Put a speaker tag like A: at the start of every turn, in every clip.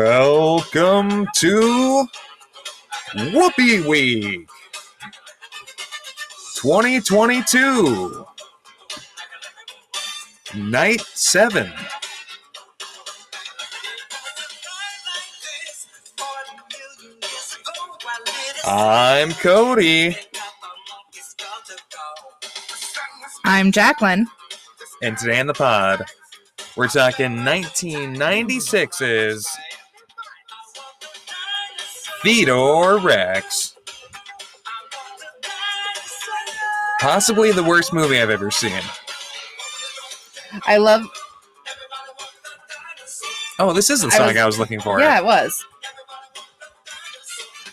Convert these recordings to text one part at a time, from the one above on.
A: Welcome to Whoopee Week 2022, Night 7. I'm Cody,
B: I'm Jacqueline.
A: and today on the pod, we're talking 1996's Theodore Rex. Possibly the worst movie I've ever seen.
B: I love.
A: Oh, this is the
B: I
A: song I was,
B: was-
A: looking for.
B: Yeah, it was.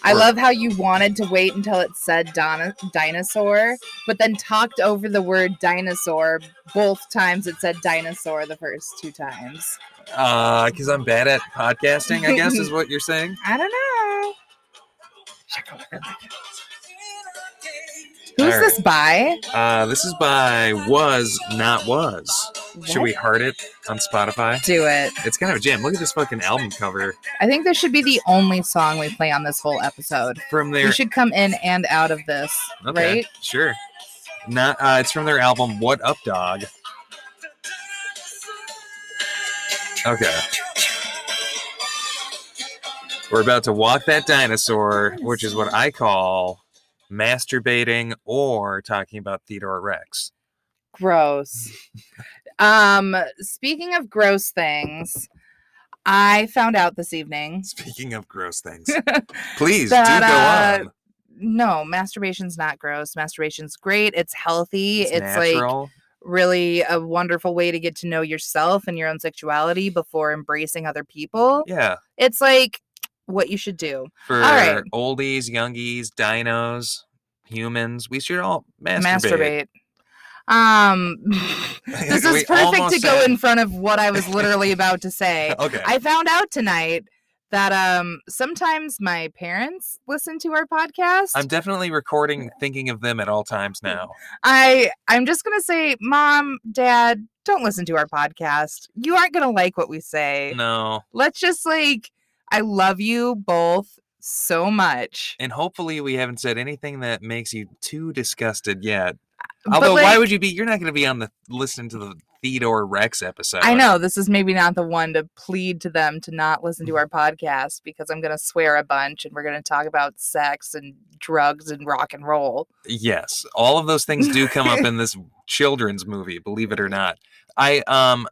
B: I
A: Or-
B: love how you wanted to wait until it said Donna, dinosaur, but then talked over the word dinosaur both times it said dinosaur the first two times.
A: Because Uh, I'm bad at podcasting, I guess, is what you're saying.
B: I don't know. Who's
A: All
B: this by?
A: Uh, this is by Was Not Was. Should we heart it on Spotify?
B: do it?
A: It's kind of a jam. Look at this fucking album cover
B: I think this should be the only song we play on this whole episode.
A: from
B: You
A: their.
B: should come in and out of this,
A: Okay,
B: right?
A: Sure. Not. Uh, it's from their album What Up Dog. Okay. We're about to walk that dinosaur, which is what I call masturbating or talking about Theodore Rex.
B: gross. um, speaking of gross things, I found out this evening.
A: Speaking of gross things, please
B: That,
A: do
B: uh,
A: go on.
B: No, masturbation's not gross. Masturbation's great. It's healthy. It's, like
A: natural.
B: really a wonderful way to get to know yourself and your own sexuality before embracing other people.
A: yeah,
B: It's like what you should do.
A: for
B: right.
A: oldies, youngies, dinos, humans, we should all masturbate.
B: Masturbate. Um this
A: We
B: is perfect to
A: almost
B: go
A: said-
B: in front of what I was literally about to say.
A: Okay.
B: I found out tonight that um sometimes my parents listen to our podcast.
A: I'm definitely recording thinking of them at all times now.
B: I I'm just going to say mom, dad, don't listen to our podcast. You aren't going to like what we say.
A: No.
B: Let's just like I love you both so much.
A: And hopefully we haven't said anything that makes you too disgusted yet.
B: But,
A: Although why
B: like,
A: would you be you're not gonna be on the listening to the Theodore Rex episode.
B: I know this is maybe not the one to plead to them to not listen to our
A: Mm-hmm.
B: podcast because I'm going to swear a bunch and we're going to talk about sex and drugs and rock and roll.
A: Yes. All of those things do come up in this children's movie, believe it or not. I um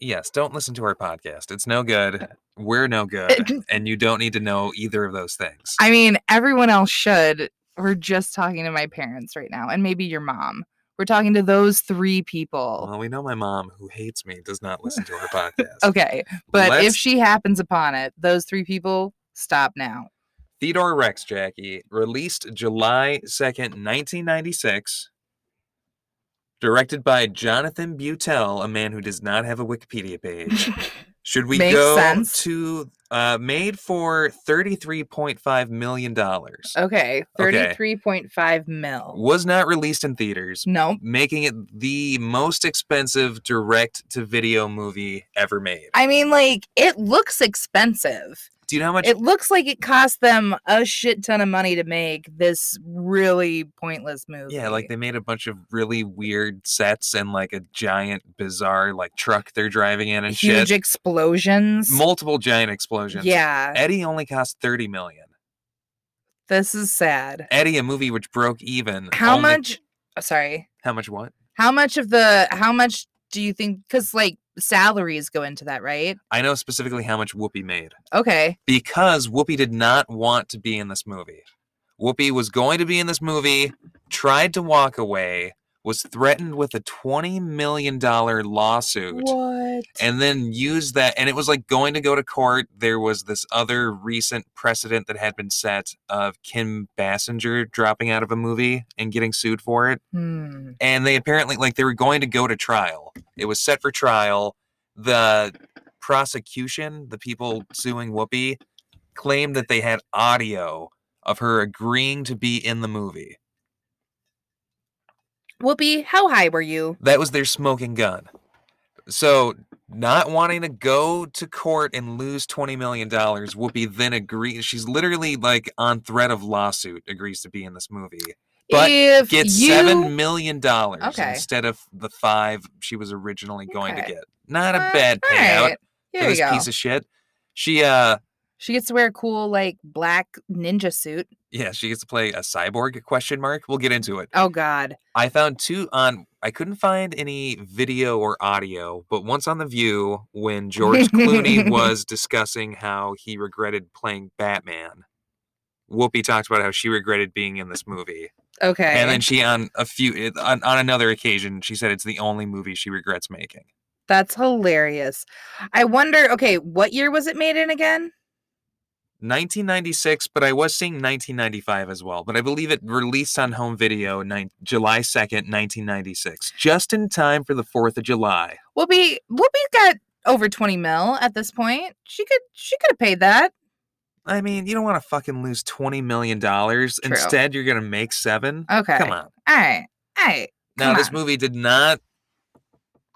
A: yes, don't listen to our podcast. It's no
B: Uh,
A: good. We're no good. and you don't need to know either of those things.
B: I mean, everyone else should. We're just talking to my parents right now and maybe your mom. We're talking to those three people.
A: well, we know my mom, who hates me, does not listen to our podcast.
B: Okay. But if
A: Let's-
B: she happens upon it, those three people stop now.
A: Theodore Rex, Jackie, released July 2nd, 1996. Directed by Jonathan Butel, a man who does not have a Wikipedia page. Should we
B: Makes
A: go
B: sense.
A: to uh, made for $33.5 million?
B: okay.
A: Okay.
B: 33.5 mil.
A: Was not released in theaters,
B: Nope.
A: making it the most expensive direct to video movie ever made.
B: I mean, like, it looks expensive.
A: Do you know how much?
B: It looks like it cost them a shit ton of money to make this really pointless movie.
A: Yeah, like they made a bunch of really weird sets and like a giant bizarre like truck they're driving in and
B: huge
A: shit.
B: explosions.
A: Multiple giant explosions.
B: Yeah.
A: Eddie only cost 30 million.
B: This is sad.
A: Eddie, a movie which broke even.
B: How
A: only-
B: much?
A: uh,
B: oh, Sorry.
A: How much what?
B: How much of the? How much do you think? Because like salaries go into that, right?
A: I know specifically how much Whoopi made
B: Okay.
A: because Whoopi did not want to be in this movie. Whoopi was going to be in this movie, tried to walk away, was threatened with a $20 million lawsuit.
B: What?
A: and then used that and it was like going to go to court there was this other recent precedent that had been set of kim bassinger dropping out of a movie and getting sued for it
B: Hmm.
A: and they apparently like they were going to go to trial it was set for trial the prosecution the people suing whoopi claimed that they had audio of her agreeing to be in the movie
B: Whoopi, how high were you?
A: that was their smoking gun so not wanting to go to court and lose $20 million, Whoopi then agrees. She's literally like on threat of lawsuit, agrees to be in this movie. But
B: if
A: Gets
B: you,
A: $7 million dollars
B: Okay.
A: instead of the five she was originally going to
B: Okay.
A: get. Not a
B: Uh,
A: bad
B: all
A: payout
B: right,
A: for
B: Here we
A: this
B: go.
A: piece of shit. She, uh,
B: she gets to wear a cool like black ninja suit.
A: yeah, she gets to play a cyborg question mark. We'll get into it.
B: Oh God.
A: I found two on. I couldn't find any video or audio, but once on the View, when George Clooney was discussing how he regretted playing Batman, Whoopi talked about how she regretted being in this movie,
B: Okay.
A: and then she on a few it- on, on another occasion she said it's the only movie she regrets making.
B: That's hilarious. I wonder. Okay, what year was it made in again?
A: 1996, but I was seeing 1995 as well. But I believe it released on home video nine July 2nd, 1996, just in time for the 4th of July.
B: Whoopi Whoopi's got over twenty mil at this point. She could she could have paid that.
A: I mean, you don't want to fucking lose twenty million dollars.
B: True.
A: Instead, you're gonna make seven.
B: Okay.
A: Come on.
B: All right. All right.
A: Now,
B: Come
A: this
B: on.
A: movie did not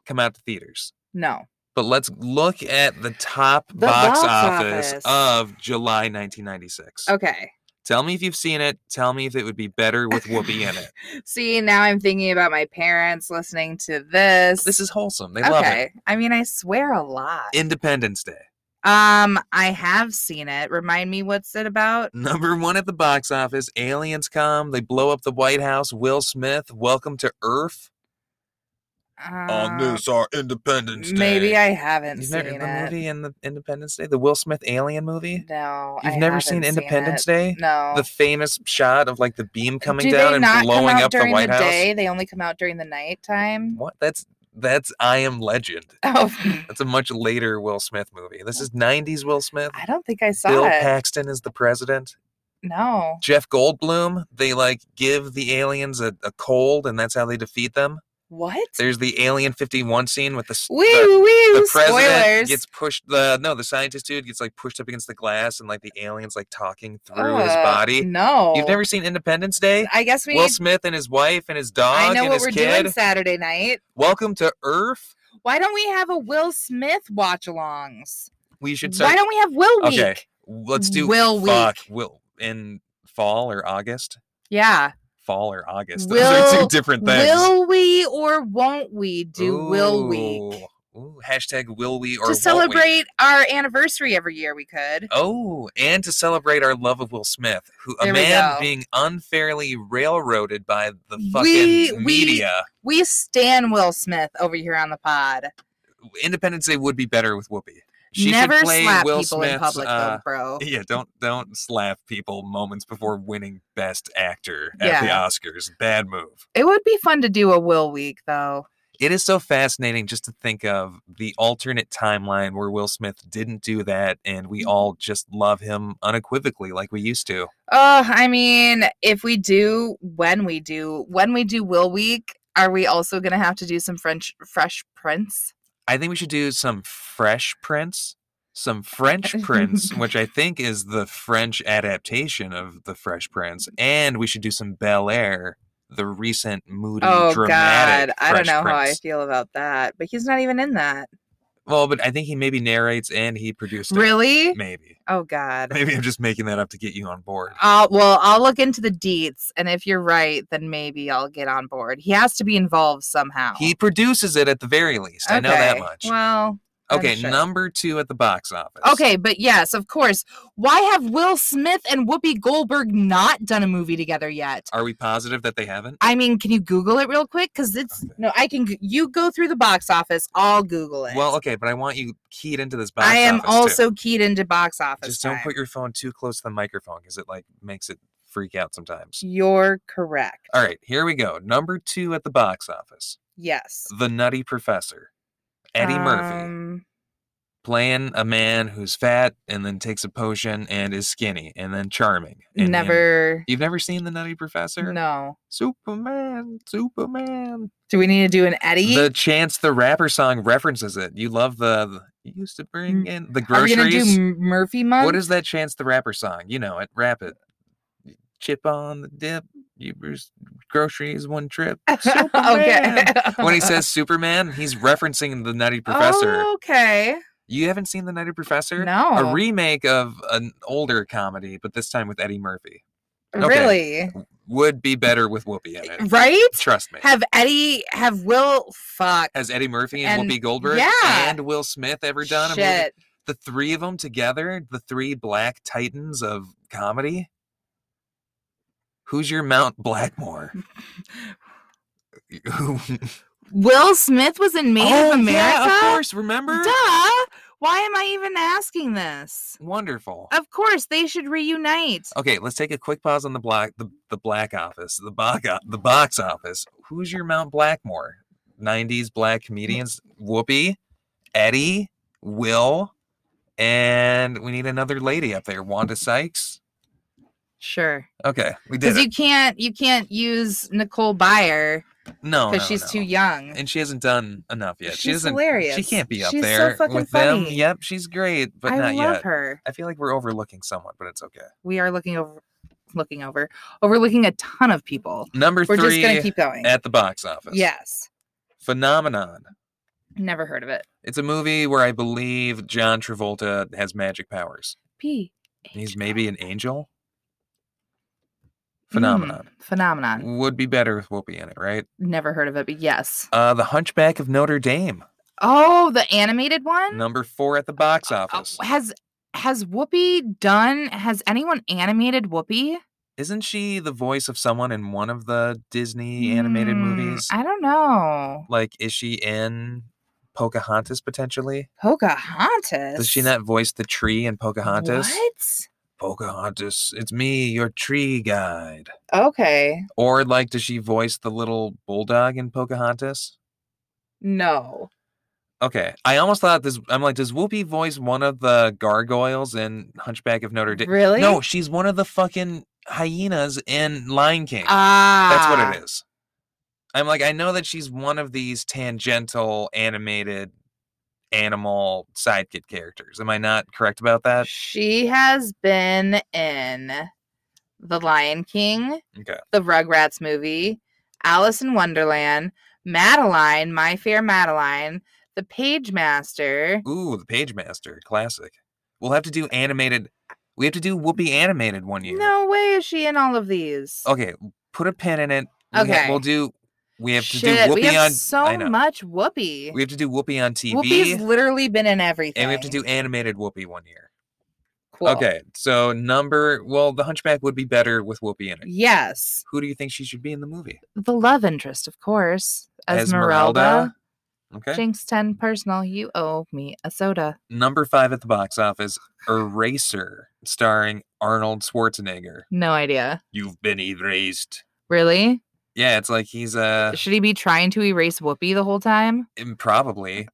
A: come out to theaters,
B: No.
A: but let's look at the top
B: The
A: box,
B: box
A: office,
B: office.
A: of July 1996.
B: Okay.
A: Tell me if you've seen it. Tell me if it would be better with Whoopi in it.
B: See, now I'm thinking about my parents listening to this.
A: This is wholesome. They love it.
B: okay. I mean, I swear a lot.
A: Independence Day,
B: Um, I have seen it. Remind me what's it about?
A: number one at the box office. Aliens come. They blow up the White House. Will Smith. Welcome to Earth.
B: Uh,
A: On this, our Independence Day.
B: maybe I haven't
A: You've
B: seen
A: never, the
B: it.
A: movie in the Independence Day, the Will Smith alien movie.
B: No,
A: You've
B: I
A: never seen
B: haven't
A: Independence
B: it.
A: Day,
B: No.
A: the famous shot of like the beam coming
B: Do
A: down
B: they
A: and
B: not
A: blowing
B: come out
A: up the
B: during
A: White
B: the
A: House.
B: day? They only come out during the night time.
A: What? That's that's I Am Legend.
B: Oh,
A: That's a much later Will Smith movie.
B: Mm.
A: This is '90s Will Smith.
B: I don't think I saw
A: Bill
B: it.
A: Paxton is the president.
B: no.
A: Jeff Goldblum. They like give the aliens a, a cold, and that's how they defeat them.
B: What?
A: There's the Alien 51 scene with the s-
B: Woo
A: the-
B: woo!
A: the president
B: Spoilers.
A: gets pushed the no the scientist dude gets like pushed up against the glass and like the aliens like talking through his
B: Ugh,
A: body
B: Uh, No.
A: you've never seen independence day
B: I guess we
A: will
B: need.
A: smith and his wife and his dog
B: I know
A: and
B: what
A: his
B: we're
A: kid
B: doing Saturday night.
A: welcome to earth
B: Why don't we have a Will Smith watch alongs?
A: we should
B: Why
A: start
B: don't we have Will Week?
A: Okay. let's do
B: Will Week.
A: fuck, will in fall or august
B: Yeah.
A: fall or august those are two
B: Will-
A: different things
B: Will we or won't we do Will Week?
A: Ooh, ooh, hashtag will we or
B: To
A: won't we.
B: celebrate our anniversary every year, we could.
A: Oh, and to celebrate our love of Will Smith, who a
B: There we
A: man
B: go.
A: being unfairly railroaded by the fucking
B: We- we-
A: media.
B: We stan Will Smith over here on the pod.
A: Independence Day would be better with Whoopi. She
B: Never
A: should play
B: slap
A: Will
B: people
A: Smith's,
B: in public,
A: uh,
B: though, bro.
A: yeah, don't don't slap people moments before winning Best Actor at the
B: Yeah.
A: Oscars. Bad move.
B: It would be fun to do a Will Week, though.
A: It is so fascinating just to think of the alternate timeline where Will Smith didn't do that, and we
B: Mm-hmm.
A: all just love him unequivocally like we used to.
B: Oh, I mean, if we do, when we do, when we do Will Week, are we also going to have to do some French Fresh Prince?
A: I think we should do some Fresh Prince, some French Prince, which I think is the French adaptation of the Fresh Prince, and we should do some Bel Air, the recent moody,
B: Oh
A: dramatic.
B: God, I don't
A: Fresh
B: know how I
A: Prince.
B: feel about that. But he's not even in that.
A: Well, but I think he maybe narrates and he produced it.
B: Really?
A: Maybe.
B: Oh God.
A: Maybe I'm just making that up to get you on board.
B: Uh, well, I'll look into the deets, and if you're right, then maybe I'll get on board. He has to be involved somehow.
A: He produces it at the very least. I know that
B: Okay,
A: much.
B: Well, I'm
A: okay,
B: sure.
A: number two at the box office.
B: okay, but yes, of course. Why have Will Smith and Whoopi Goldberg not done a movie together yet?
A: Are we positive that they haven't?
B: I mean, can you Google it real quick? Because it's
A: Okay.
B: no, I can. g- You go through the box office. I'll Google it.
A: Well, okay, but I want you keyed into this box
B: I am
A: office, too.
B: also keyed into box office.
A: just don't
B: time.
A: put your phone too close to the microphone because it like makes it freak out sometimes.
B: You're correct.
A: All right, here we go. Number two at the box office,
B: Yes.
A: The Nutty Professor, Um, Eddie Murphy
B: Um,
A: playing a man who's fat and then takes a potion and is skinny and then charming. and- and-
B: never.
A: you've never seen The Nutty Professor?
B: No.
A: Superman, Superman.
B: Do we need to do an Eddie?
A: The Chance the Rapper song references it. You love the, the you used to bring
B: Mm.
A: in the
B: Are we
A: groceries.
B: gonna do M- Murphy month?
A: What is that Chance the Rapper song? You know it. Rap it. Chip on the dip. You bruise groceries one trip.
B: okay.
A: Superman. Oh, when he says Superman, he's referencing the Nutty Professor.
B: Oh, okay.
A: You haven't seen the Nutty Professor?
B: No.
A: A remake of an older comedy, but this time with Eddie Murphy. okay.
B: Really?
A: Would be better with Whoopi in it.
B: Right?
A: Trust me.
B: Have Eddie have Will fuck.
A: Has Eddie Murphy and,
B: And-
A: Whoopi Goldberg
B: yeah.
A: and Will Smith ever done a movie?
B: Shit.
A: The three of them together, the three black titans of comedy. Who's your Mount Blackmore? Who-
B: Will Smith was in Made
A: oh,
B: of America?
A: yeah, of course. Remember?
B: Duh. Why am I even asking this?
A: Wonderful.
B: Of course, they should reunite.
A: Okay, let's take a quick pause on the black the, the black office, the box the box office. Who's your Mount Blackmore? 90s
B: Mm.
A: black comedians, Whoopi, Eddie, Will, and we need another lady up there, Wanda Sykes.
B: Sure.
A: Okay, we did
B: Because
A: it.
B: you can't you can't use Nicole Byer
A: Oh, no,
B: because
A: no,
B: she's
A: no.
B: too young.
A: and she hasn't done enough yet. she
B: She's
A: doesn't She
B: hilarious.
A: can't be up
B: She's so
A: there
B: fucking
A: with them.
B: funny.
A: Yep, she's great, but
B: I
A: not
B: love
A: yet.
B: her.
A: I feel like we're overlooking someone, but it's okay.
B: We are looking over looking over overlooking a ton of people.
A: Number
B: We're just gonna
A: 3
B: keep going.
A: at the box office.
B: Yes.
A: Phenomenon.
B: Never heard of it.
A: It's a movie where I believe John Travolta has magic powers.
B: P.
A: He's
B: H-
A: maybe an angel.
B: Mm,
A: Phenomenon
B: phenomenon.
A: would be better with Whoopi in it, right?
B: Never heard of it, but yes.
A: Uh, the Hunchback of Notre Dame,
B: Oh, the animated one?
A: number four at the box
B: Oh,
A: office.
B: has has Whoopi done has anyone animated Whoopi?
A: Isn't she the voice of someone in one of the Disney animated
B: Hmm,
A: movies?
B: I don't know.
A: Like, is she in Pocahontas potentially?
B: Pocahontas.
A: Does she not voice the tree in Pocahontas?
B: What?
A: Pocahontas, it's me, your tree guide.
B: Okay.
A: Or like, does she voice the little bulldog in Pocahontas?
B: No.
A: Okay, I almost thought this. I'm like, does Whoopi voice one of the gargoyles in Hunchback of Notre Dame?
B: Really?
A: No, she's one of the fucking hyenas in Lion King.
B: Ah.
A: That's what it is. I'm like, I know that she's one of these tangential animated animal sidekick characters. Am I not correct about that?
B: She has been in The Lion King,
A: Okay.
B: the Rugrats movie, Alice in Wonderland, Madeline, My Fair Madeline, The Page Master.
A: Ooh, the Page Master, classic. We'll have to do animated. We have to do Whoopi animated one year.
B: No way is she in all of these.
A: Okay, put a pin in it. We ha-
B: Okay.
A: we'll do. We have to
B: Shit,
A: do Whoopi
B: we have
A: on.
B: so
A: I know.
B: much Whoopi.
A: We have to do Whoopi on TV,
B: Whoopi's literally been in everything.
A: and we have to do animated Whoopi one year.
B: Cool.
A: Okay, so number well, The Hunchback would be better with Whoopi in it.
B: Yes,
A: Who do you think she should be in the movie?
B: the love interest, of course, Esmeralda.
A: Esmeralda? Okay,
B: Jinx ten personal. You owe me a soda.
A: number five at the box office, Eraser, starring Arnold Schwarzenegger.
B: No idea.
A: You've been erased.
B: Really?
A: Yeah, it's like he's uh
B: Should he be trying to erase Whoopi the whole time?
A: im- probably.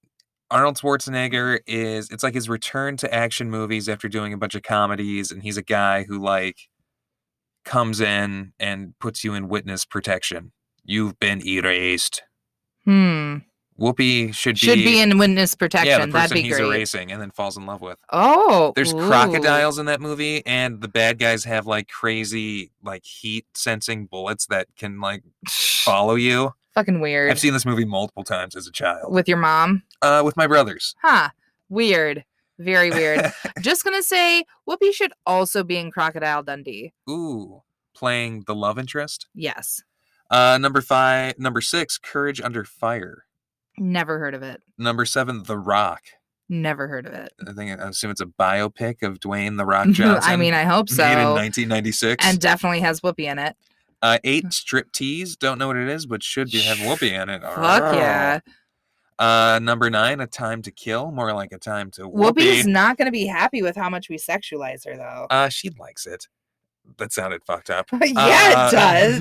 A: Arnold Schwarzenegger is it's like his return to action movies after doing a bunch of comedies and he's a guy who like comes in and puts you in witness protection. You've been erased.
B: Hmm.
A: Whoopi should be
B: should be in witness protection.
A: yeah, the person
B: That'd be
A: he's
B: great.
A: erasing and then falls in love with.
B: Oh,
A: There's
B: ooh.
A: crocodiles in that movie and the bad guys have like crazy like heat sensing bullets that can like follow you.
B: Fucking weird.
A: I've seen this movie multiple times as a child.
B: With your mom,
A: Uh with my brothers.
B: huh? Weird. Very weird. Just gonna say, Whoopi should also be in Crocodile Dundee.
A: Ooh, playing the love interest.
B: Yes.
A: Uh, number five, number six, Courage Under Fire.
B: Never heard of it.
A: Number seven, The Rock.
B: Never heard of it.
A: I think I assume it's a biopic of Dwayne The Rock Johnson.
B: I mean, I hope
A: made in
B: so.
A: 1996.
B: And definitely has Whoopi in it.
A: uh, eight, Striptease. Don't know what it is, but should be, have Oh, Whoopi in it.
B: Fuck yeah.
A: Uh, number nine, A Time to Kill. More like A Time to Whoopi.
B: Whoopi's not gonna be happy with how much we sexualize her, though.
A: Uh, she likes it. That sounded fucked up.
B: yeah,
A: Uh,
B: it does.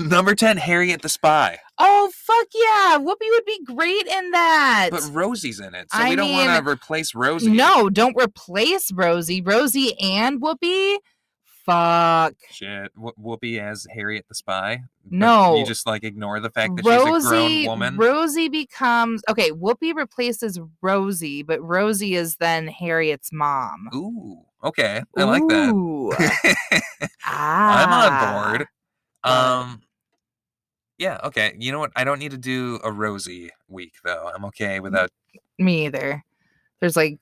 A: Number 10, Harriet the Spy.
B: Oh fuck yeah! Whoopi would be great in that.
A: But Rosie's in it, so
B: I
A: we don't want
B: mean,
A: to replace Rosie.
B: No, don't replace Rosie. Rosie and Whoopi. Fuck.
A: Shit. Wh- Whoopi as Harriet the Spy. But
B: No.
A: You just like ignore the fact that she's a grown
B: Rosie.
A: woman.
B: Rosie becomes okay. Whoopi replaces Rosie, but Rosie is then Harriet's mom.
A: Ooh. Okay. I like that.
B: Ooh,
A: I'm
B: ah.
A: on board.
B: Love it.
A: Um Yeah, okay. You know what? I don't need to do a Rosie week though. I'm okay without
B: Me either. There's like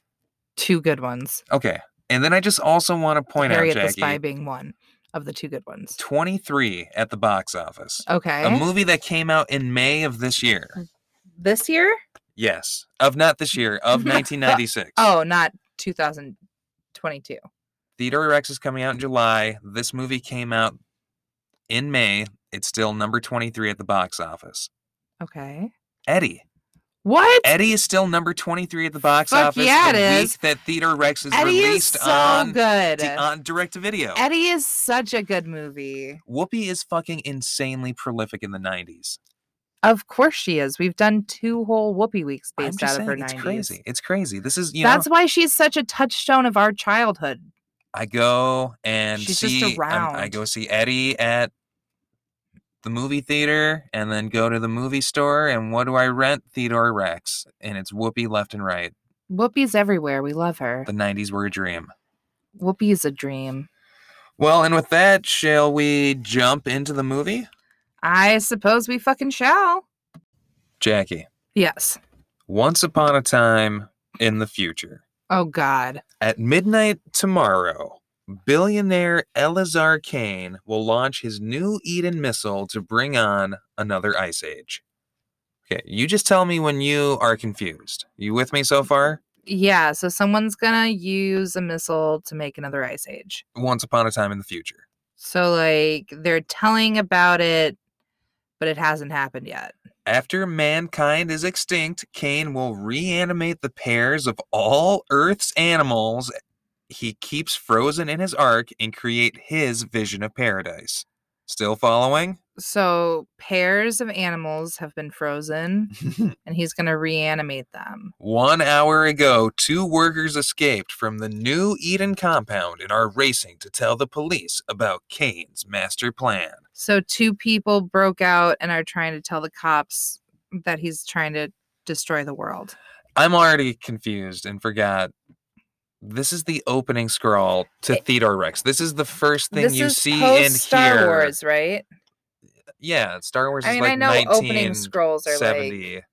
B: two good ones.
A: Okay. And then I just also want to point
B: Harriet
A: out
B: the Spy
A: Jackie,
B: being one of the two good ones.
A: 23 at the box office.
B: Okay. Mm.
A: A movie that came out in May of this year.
B: this year?
A: Yes. Of not this year, of 1996.
B: Oh, not 2022.
A: Theodore Rex is coming out in July. This movie came out in May. It's still number 23 at the box office.
B: Okay.
A: Eddie.
B: What?
A: Eddie is still number 23 at the box
B: Fuck
A: office.
B: yeah,
A: the
B: it
A: week
B: is.
A: that Theodore Rex is
B: Eddie is
A: released
B: so
A: on,
B: good.
A: di- on direct to video.
B: Eddie is such a good movie.
A: Whoopi is fucking insanely prolific in the 90s.
B: Of course she is. We've done two whole Whoopi weeks
A: I'm
B: based
A: just
B: out of her
A: saying, it's
B: 90s.
A: crazy. It's crazy. This is, you
B: That's
A: know,
B: why she's such a touchstone of our childhood.
A: I go and
B: She's just
A: see, I'm- I
B: around.
A: go see Eddie at the movie theater and then go to the movie store. And what do I rent? Theodore Rex. And it's Whoopi left and right.
B: Whoopi's everywhere. We love her.
A: The 90s were a dream.
B: Whoopi is a dream.
A: Well, and with that, shall we jump into the movie?
B: I suppose we fucking shall.
A: Jackie.
B: Yes.
A: Once upon a time in the future,
B: Oh God.
A: at midnight tomorrow, billionaire Elazar Kane will launch his new Eden missile to bring on another ice age. Okay, you just tell me when you are confused. You with me so far?
B: Yeah. So someone's gonna use a missile to make another ice age.
A: Once upon a time in the future.
B: So like they're telling about it, but it hasn't happened yet.
A: After mankind is extinct, Kane will reanimate the pairs of all Earth's animals he keeps frozen in his ark and create his vision of paradise. Still following?
B: So pairs of animals have been frozen, and he's gonna reanimate them.
A: One hour ago, two workers escaped from the new Eden compound and are racing to tell the police about Kane's master plan.
B: So two people broke out and are trying to tell the cops that he's trying to destroy the world.
A: I'm already confused and forgot. This is the opening scroll to Theodore Rex. This is the first thing
B: this
A: you
B: is
A: see
B: post
A: in
B: Star
A: here.
B: Wars, right?
A: Yeah, Star Wars is
B: I mean,
A: like
B: I know opening
A: 1970.
B: scrolls are like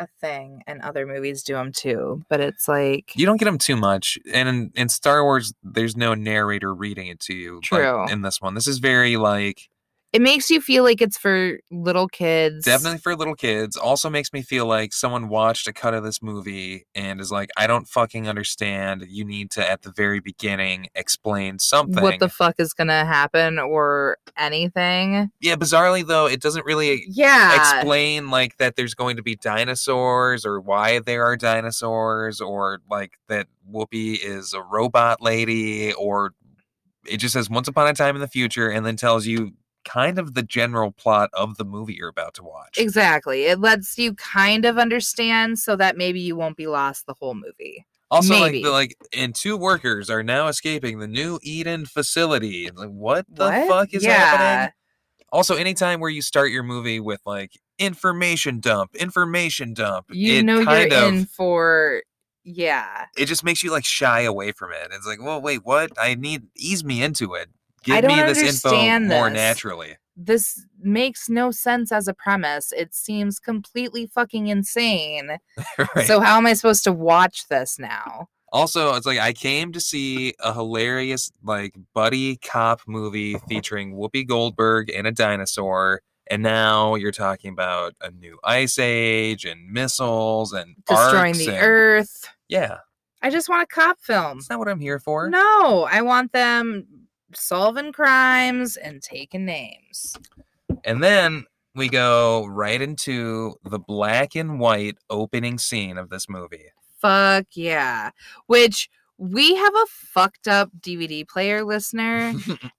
B: a thing, and other movies do them too. But it's like
A: You don't get them too much, and in, in Star Wars, there's no narrator reading it to you. like
B: True.
A: in this one, this is very like
B: it makes you feel like it's for little kids.
A: definitely for little kids also makes me feel like someone watched a cut of this movie and is like i don't fucking understand you need to at the very beginning explain something
B: what the fuck is gonna happen or anything.
A: yeah bizarrely though it doesn't really
B: Yeah.
A: explain like that there's going to be dinosaurs or why there are dinosaurs or like that whoopi is a robot lady or it just says once upon a time in the future and then tells you kind of the general plot of the movie you're about to watch
B: Exactly. It lets you kind of understand so that maybe you won't be lost the whole movie.
A: Also, like,
B: Maybe.
A: the, like, and two workers are now escaping the new Eden facility. And, Like, what the
B: What?
A: fuck is
B: yeah.
A: happening? Also, anytime where you start your movie with like information dump, information dump,
B: You
A: it
B: know you're
A: kind of
B: in for yeah.
A: it just makes you like shy away from it. It's like, well, wait, what? I need ease me into it. Give
B: don't
A: me this info
B: understand
A: more
B: this.
A: naturally.
B: This makes no sense as a premise. It seems completely fucking insane.
A: right.
B: So how am I supposed to watch this now?
A: Also, it's like I came to see a hilarious like buddy cop movie featuring Whoopi Goldberg and a dinosaur, and now you're talking about a new ice age and missiles and
B: Destroying
A: arcs
B: the
A: and-
B: earth.
A: Yeah,
B: I just want a cop film.
A: that's not what I'm here for.
B: No, I want them solving crimes and taking names.
A: And then we go right into the black and white opening scene of this movie.
B: Fuck yeah. Which we have a fucked up DVD player listener,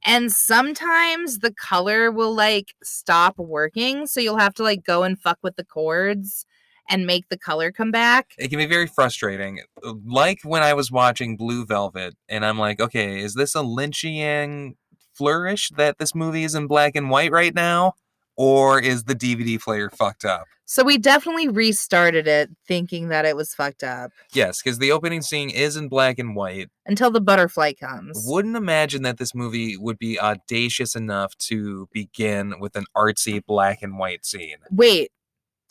B: and sometimes the color will like stop working. So you'll have to like go and fuck with the chords and make the color come back.
A: it can be very frustrating. Like when I was watching Blue Velvet, and I'm like, okay, is this a Lynchian flourish that this movie is in black and white right now? Or is the DVD player fucked up?
B: So we definitely restarted it thinking that it was fucked up
A: Yes, because the opening scene is in black and white.
B: until the butterfly comes.
A: Wouldn't imagine that this movie would be audacious enough to begin with an artsy black and white scene.
B: Wait,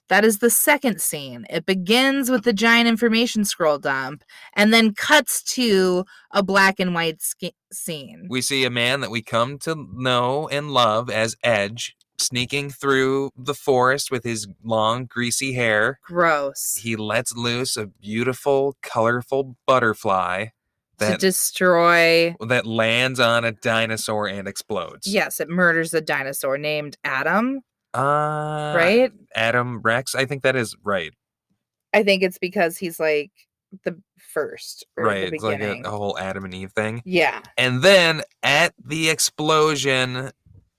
B: that is the second scene. It begins with the giant information scroll dump and then cuts to a black and white sca- scene.
A: We see a man that we come to know and love as Edge sneaking through the forest with his long, greasy hair.
B: Gross.
A: He lets loose a beautiful, colorful butterfly
B: to
A: that
B: destroy.
A: that lands on a dinosaur and explodes.
B: Yes, it murders a dinosaur named Adam,
A: Uh,
B: right?
A: Adam Rex. I think that is right.
B: I think it's because he's like the first or
A: right.
B: the
A: It's like a,
B: beginning.
A: a whole Adam and Eve thing.
B: yeah.
A: And then at the explosion,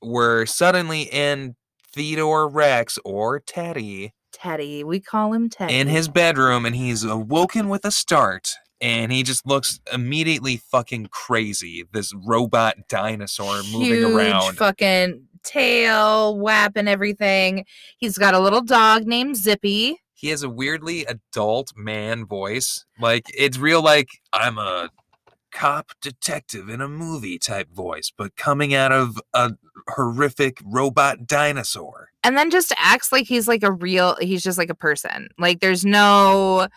A: we're suddenly in Theodore Rex or Teddy
B: Teddy. We call him Teddy.
A: in his bedroom, and he's awoken with a start. And he just looks immediately fucking crazy. This robot dinosaur moving
B: huge
A: around.
B: fucking tail, whap and everything. He's got a little dog named Zippy.
A: he has a weirdly adult man voice. Like it's real like I'm a cop detective in a movie type voice, but coming out of a horrific robot dinosaur.
B: and then just acts like he's like a real he's just like a person like there's no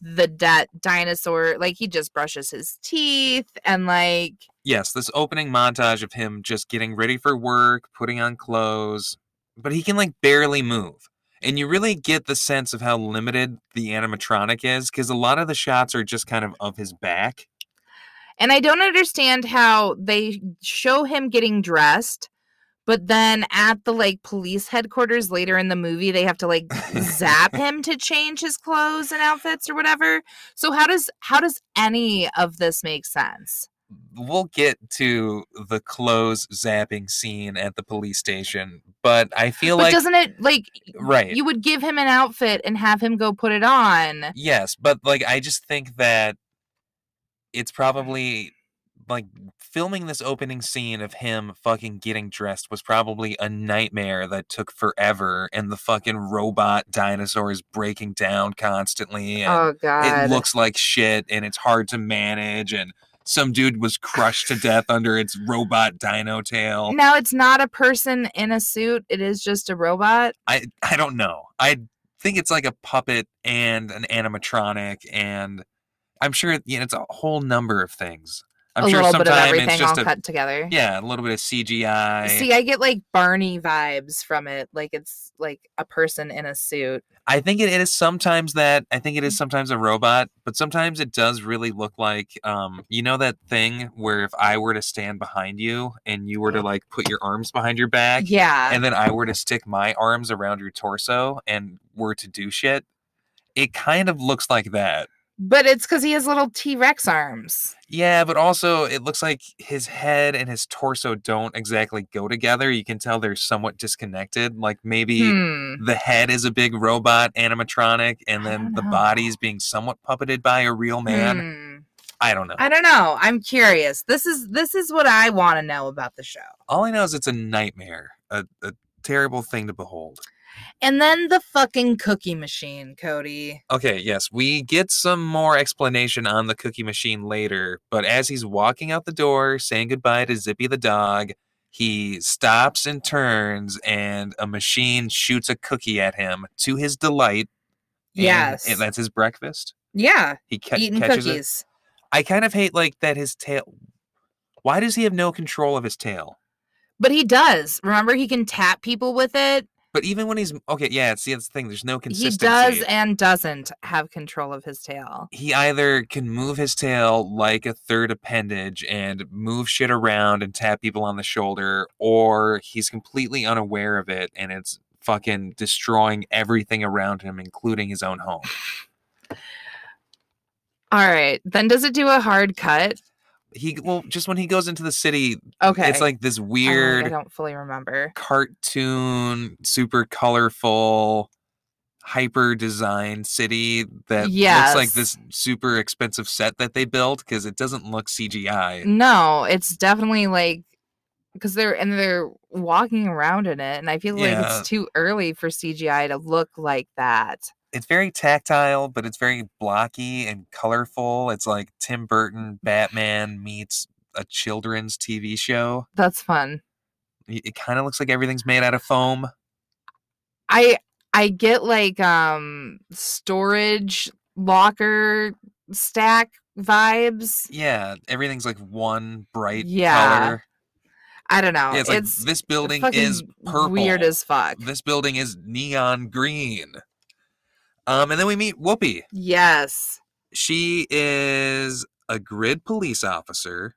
B: the that dinosaur like he just brushes his teeth and like
A: Yes, this opening montage of him just getting ready for work, putting on clothes, but he can like barely move. And you really get the sense of how limited the animatronic is because a lot of the shots are just kind of of his back.
B: and i don't understand how they show him getting dressed but then at the like police headquarters later in the movie they have to like zap him to change his clothes and outfits or whatever so how does how does any of this make sense
A: we'll get to the clothes zapping scene at the police station, but I feel
B: but
A: like
B: doesn't it like
A: right.
B: you would give him an outfit and have him go put it on
A: yes, but like I just think that it's probably like filming this opening scene of him fucking getting dressed was probably a nightmare that took forever and the fucking robot dinosaur is breaking down constantly and
B: Oh god.
A: it looks like shit and it's hard to manage and some dude was crushed to death under its robot dino tail.
B: now it's not a person in a suit, it is just a robot.
A: I I don't know. I think it's like a puppet and an animatronic, and I'm sure you know, it's a whole number of things. I'm
B: a
A: sure
B: little bit of
A: sometime
B: everything
A: it's just
B: all
A: a
B: cut together.
A: yeah, a little bit of CGI.
B: See, I get like Barney vibes from it. Like it's like a person in a suit.
A: I think it, it is sometimes that. I think it
B: Mm-hmm.
A: is sometimes a robot, but sometimes it does really look like um, you know that thing where if I were to stand behind you and you were to like put your arms behind your back.
B: Mm-hmm. Yeah.
A: and then I were to stick my arms around your torso and were to do shit, it kind of looks like that.
B: but it's because he has little T Rex arms.
A: Yeah, but also it looks like his head and his torso don't exactly go together. You can tell they're somewhat disconnected. Like maybe
B: Hmm.
A: the head is a big robot animatronic and
B: I
A: then
B: don't
A: the
B: know.
A: body's being somewhat puppeted by a real Oh, man.
B: Hmm.
A: I don't know.
B: I don't know. I'm curious. This is this is what I want to know about the show.
A: All I know is it's a nightmare, a, a terrible thing to behold.
B: And then the fucking cookie machine, Cody.
A: Okay, yes, we get some more explanation on the cookie machine later, but as he's walking out the door saying goodbye to Zippy the dog, he stops and turns, and a machine shoots a cookie at him to his delight. and
B: Yes.
A: it- that's his breakfast.
B: yeah.
A: He ca-
B: eating
A: catches it.
B: cookies.
A: I kind of hate like that his tail. Why does he have no control of his tail?
B: But he does. Remember, he can tap people with it.
A: But even when he's okay, yeah, see that's the thing. There's no
B: He
A: consistency.
B: does and doesn't have control of his tail.
A: he either can move his tail like a third appendage and move shit around and tap people on the shoulder, or he's completely unaware of it and it's fucking destroying everything around him, including his own home.
B: All right. Then does it do a hard cut?
A: He well, just when he goes into the city,
B: Okay. Oh,
A: it's like this
B: I don't-
A: weird
B: I don't fully remember.
A: cartoon, super colorful, hyper designed city that looks like
B: Yes.
A: this super expensive set that they built because it doesn't look CGI.
B: No, it's definitely like because they're and they're walking around in it, and I feel like
A: Yeah.
B: it's too early for CGI to look like that.
A: It's very tactile, but it's very blocky and colorful. It's like Tim Burton Batman meets a children's TV show.
B: That's fun.
A: Y- It kind of looks like everything's made out of foam.
B: I I get like um storage locker stack vibes.
A: Yeah, everything's like one bright
B: Yeah.
A: color.
B: I don't know.
A: Yeah, it's
B: it's
A: like this building
B: fucking
A: is purple.
B: weird as fuck.
A: this building is neon green. Um, and then we meet Whoopi.
B: Yes.
A: She is a grid police officer.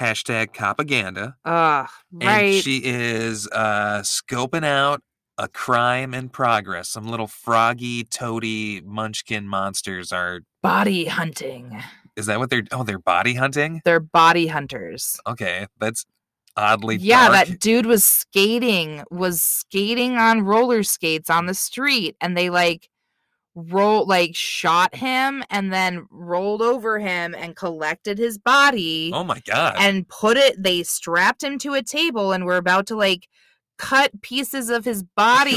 A: Hashtag propaganda.
B: Ugh.
A: And
B: Right.
A: she is uh, scoping out a crime in progress. Some little froggy, toady, munchkin monsters are.
B: body hunting.
A: Is that what they're? Oh, they're body hunting.
B: They're body hunters.
A: Okay, that's oddly
B: Yeah,
A: dark.
B: that dude was skating, was skating on roller skates on the street, and they like roll like shot him and then rolled over him and collected his body
A: Oh my god!
B: and put it they strapped him to a table and were about to like cut pieces of his body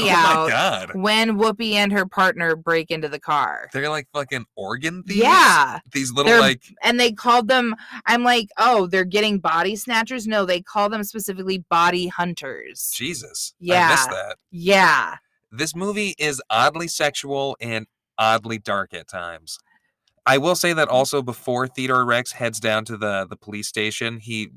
A: oh my
B: out
A: god!
B: when Whoopi and her partner break into the car.
A: They're like fucking organ thieves.
B: Yeah.
A: These little
B: They're
A: like
B: And they called them, I'm like, oh, they're getting body snatchers. No, they call them specifically body hunters.
A: Jesus. I
B: Yeah.
A: missed that.
B: Yeah.
A: This movie is oddly sexual and oddly dark at times. I will say
B: Mm-hmm.
A: that also before Theodore Rex heads down to the the police station, he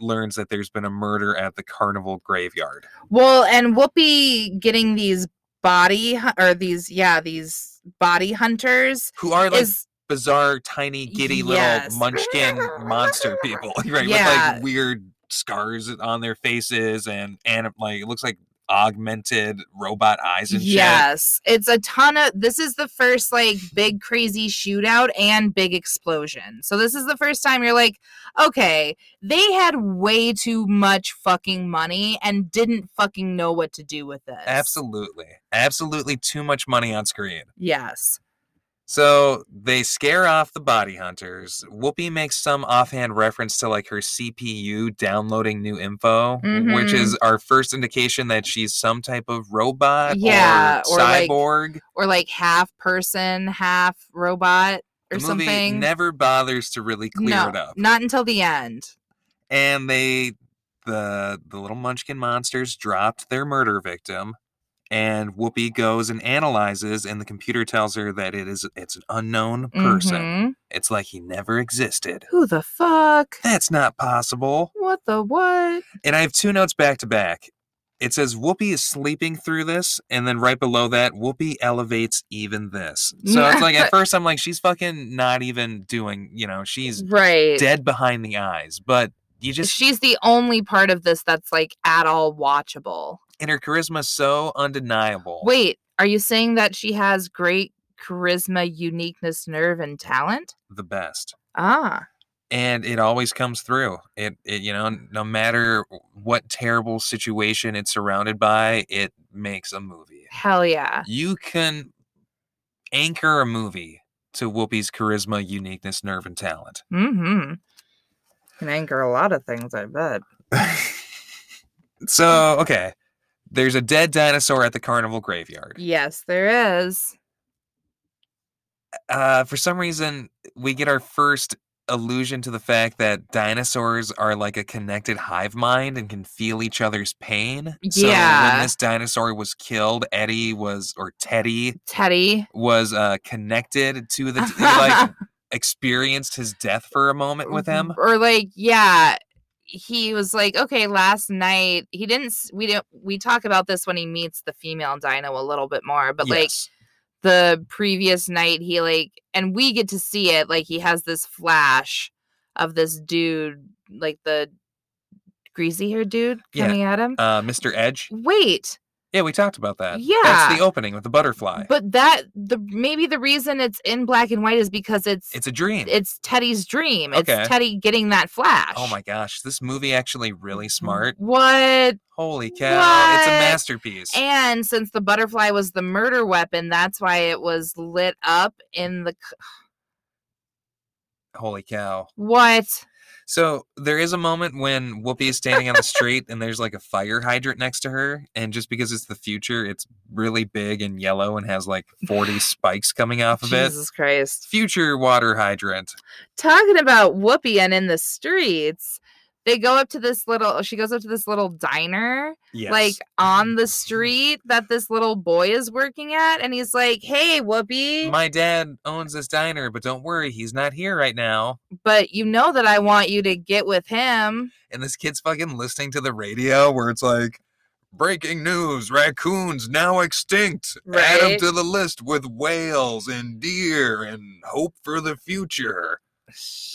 A: learns that there's been a murder at the carnival graveyard.
B: Well, and Whoopi getting these body hu- or these, yeah, these body hunters
A: Who are like
B: is
A: bizarre, tiny, giddy
B: Yes.
A: little munchkin monster people, right? With
B: Yeah.
A: like weird scars on their faces and and like it looks like augmented robot eyes and shit.
B: yes, it's a ton of. This is the first like big crazy shootout and big explosion. So this is the first time you're like, okay, they had way too much fucking money and didn't fucking know what to do with this.
A: Absolutely. Absolutely too much money on screen.
B: Yes.
A: So they scare off the body hunters. Whoopi makes some offhand reference to like her CPU downloading new info, which
B: Mhm.
A: is our first indication that she's some type of robot
B: Yeah,
A: or,
B: or, like,
A: cyborg.
B: Or like half person, half robot or
A: the movie
B: something.
A: never bothers to really clear
B: no,
A: it up.
B: not until the end.
A: And they the the little munchkin monsters dropped their murder victim. And Whoopi goes and analyzes, and the computer tells her that it is it's an unknown person.
B: Mhm.
A: It's like he never existed.
B: Who the fuck?
A: That's not possible.
B: What the what?
A: And I have two notes back to back. It says Whoopi is sleeping through this, and then right below that, Whoopi elevates even this. So it's like at first I'm like, she's fucking not even doing, you know, she's
B: Right.
A: dead behind the eyes. But you just
B: She's the only part of this that's like at all watchable.
A: and her charisma is so undeniable.
B: Wait, are you saying that she has great charisma, uniqueness, nerve, and talent?
A: The best.
B: Ah,
A: And it always comes through. It, it you know, no matter what terrible situation it's surrounded by, it makes a movie.
B: hell yeah.
A: you can anchor a movie to Whoopi's charisma, uniqueness, nerve, and talent.
B: Mm-hmm. Can anchor a lot of things, I bet.
A: so, okay. There's a dead dinosaur at the carnival graveyard.
B: Yes, there is.
A: Uh, for some reason, we get our first allusion to the fact that dinosaurs are like a connected hive mind and can feel each other's pain. So when
B: Yeah.
A: this dinosaur was killed, Eddie was, or Teddy
B: Teddy.
A: was uh, connected to the, he, like, experienced his death for a moment with him.
B: Mm-hmm. or like yeah he was like okay last night he didn't s- we don't we talk about this when he meets the female dino a little bit more but like
A: Yes.
B: the previous night he like and we get to see it like he has this flash of this dude like the greasy haired dude
A: Yeah,
B: coming at him
A: uh, Mr. Edge.
B: wait
A: Yeah, we talked about that.
B: Yeah.
A: that's the opening with the butterfly.
B: but that the maybe the reason it's in black and white is because it's it's,
A: it's a dream.
B: teddy's dream
A: Okay.
B: it's teddy getting that flash
A: oh my gosh, this movie actually really smart.
B: what
A: Holy cow, it's a
B: Mm-hmm. What?
A: masterpiece.
B: And since the butterfly was the murder weapon, that's why it was lit up in the c-
A: Holy cow.
B: what?
A: So there is a moment when Whoopi is standing on the street and there's like a fire hydrant next to her, and just because it's the future, it's really big and yellow and has like 40 spikes coming off of it.
B: Jesus Christ.
A: Future water hydrant.
B: Talking about Whoopi and in the streets, they go up to this little, oh, she goes up to this little diner,
A: Yes. Mm-hmm.
B: like on the street that this little boy is working at. And he's like, hey, Whoopi,
A: my dad owns this diner, but don't worry, he's not here right now.
B: but you know that I want you to get with him.
A: And this kid's fucking listening to the radio where it's like, breaking news, raccoons now extinct. Add 'em
B: Right.
A: to the list with whales and deer and hope for the future.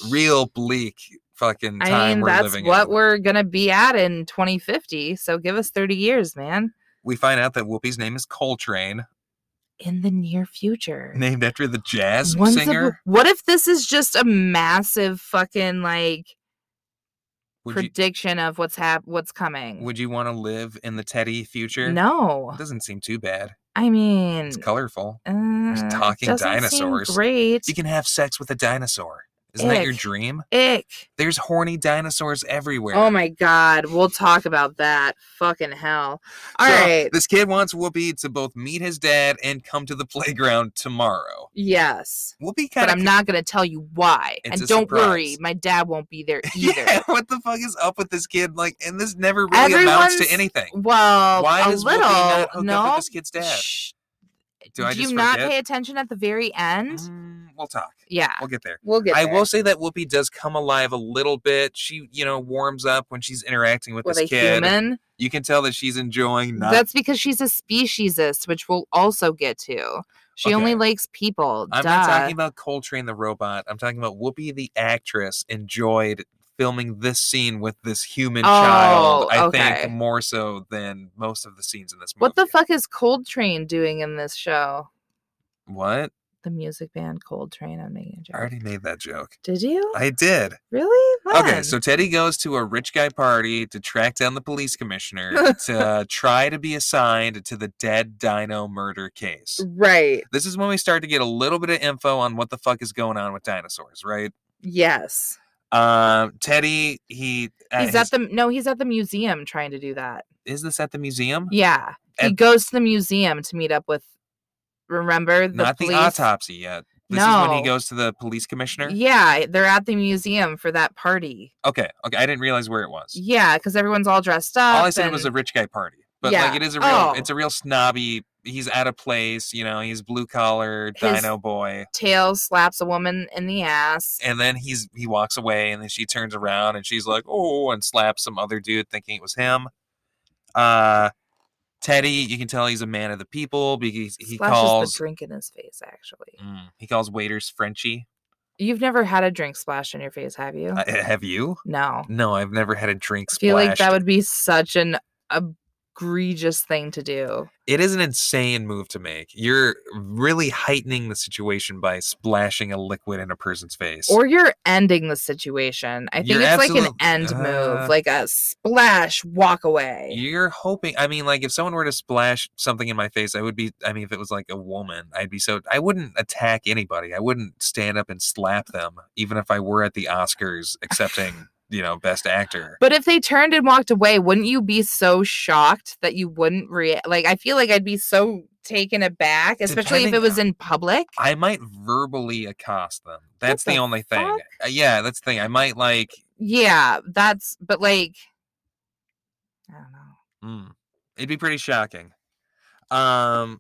A: Real bleak fucking time
B: I mean,
A: we're
B: that's
A: living
B: what
A: in.
B: we're going to be at in 2050. So give us 30 years, man,
A: we find out that Whoopi's name is Coltrane,
B: in the near future.
A: named after the jazz
B: Once upon-
A: singer.
B: what if this is just a massive fucking like
A: Would you,
B: prediction of what's hap- what's coming?
A: would you want to live in the Teddy future?
B: no, Mm.
A: It doesn't seem too bad.
B: I mean,
A: It's colorful.
B: uh,
A: talking
B: doesn't seem
A: dinosaurs.
B: great.
A: You can have sex with a dinosaur. Isn't that your
B: Ick.
A: dream?
B: Ick.
A: There's horny dinosaurs everywhere.
B: Oh my god, we'll talk about that. Fucking hell. All
A: So,
B: right.
A: This kid wants Whoopi to both meet his dad and come to the playground tomorrow.
B: Yes.
A: Whoopi kind
B: But
A: of
B: I'm not gonna tell you why.
A: It's a
B: and don't worry,
A: surprise.
B: my dad won't be there either.
A: Yeah, what the fuck is up with this kid? Like, and this never really amounts to
B: Everyone's-
A: anything.
B: Well,
A: Why
B: a
A: does
B: little.
A: Whoopi not hook
B: no.
A: up with this kid's dad?
B: Shh.
A: Do I
B: you
A: just
B: not
A: forget?
B: pay attention at the very end?
A: Mm, we'll talk.
B: Yeah.
A: We'll get there.
B: We'll Ah, get
A: I
B: there.
A: will say that Whoopi does come alive a little bit. She, you know, warms up when she's interacting with,
B: with a
A: this kid.
B: human.
A: You can tell that she's enjoying not
B: That's because she's a speciesist, which we'll also get to. She only
A: Okay.
B: likes people.
A: I'm
B: duh.
A: not talking about Coltrane the robot. I'm talking about Whoopi the actress enjoyed filming this scene with this human child.
B: Oh,
A: I
B: okay.
A: think more so than most of the scenes in this movie.
B: what the fuck is Cold Train doing in this show?
A: What?
B: The music band Cold Train. I'm making a joke.
A: I already made that joke.
B: Did you
A: I did.
B: really?
A: Okay,
B: When?
A: so Teddy goes to a rich guy party to track down the police commissioner to try to be assigned to the dead dino murder case.
B: right.
A: This is when we start to get a little bit of info on what the fuck is going on with dinosaurs, right?
B: Yes.
A: Um, Teddy, he uh,
B: He's
A: his-
B: at the no. He's at the museum trying to do that.
A: is this at the museum?
B: Yeah. He
A: At-
B: goes to the museum to meet up with. Remember the
A: Not the
B: police?
A: autopsy yet. This is when he
B: No.
A: goes to the police commissioner.
B: Yeah, they're at the museum for that party.
A: Okay, okay. I didn't realize where it was.
B: Yeah, because everyone's all dressed up.
A: All I said was a
B: and-
A: rich guy party, but like
B: Yeah.
A: it is a real,
B: Oh.
A: it's a real snobby. He's out of place, you know. He's blue collar
B: His-
A: dino boy,
B: tail slaps a woman in the ass.
A: and then he's he walks away, and then she turns around and she's like, "Oh," and slaps some other dude, thinking it was him. Uh, Teddy, you can tell he's a man of the people because he
B: splashes
A: calls
B: the drink in his face. Actually,
A: Mm, he calls waiters Frenchie.
B: you've never had a drink splashed in your face, have you?
A: Uh, have you?
B: no.
A: No, I've never had a drink
B: I feel like
A: splashed.
B: that would be such an egregious thing to do.
A: it is an insane move to make. You're really heightening the situation by splashing a liquid in a person's face.
B: Or you're ending the situation. I think
A: You're
B: it's like an
A: absolute-
B: end
A: uh,
B: move, like a splash, walk away.
A: you're hoping. I mean, like if someone were to splash something in my face, I would be. I mean, if it was like a woman, I'd be so. I wouldn't attack anybody. I wouldn't stand up and slap them, even if I were at the Oscars accepting, you know, Best Actor.
B: But if they turned and walked away, wouldn't you be so shocked that you wouldn't react? Like, I feel like I'd be so taken aback, especially if
A: Depending
B: it was
A: on-
B: in public.
A: I might verbally accost them. That's the,
B: the
A: only thing.
B: fuck?
A: Uh, yeah, that's the thing. I might like.
B: yeah, that's, but like, I don't know.
A: Mm. It'd be pretty shocking. Um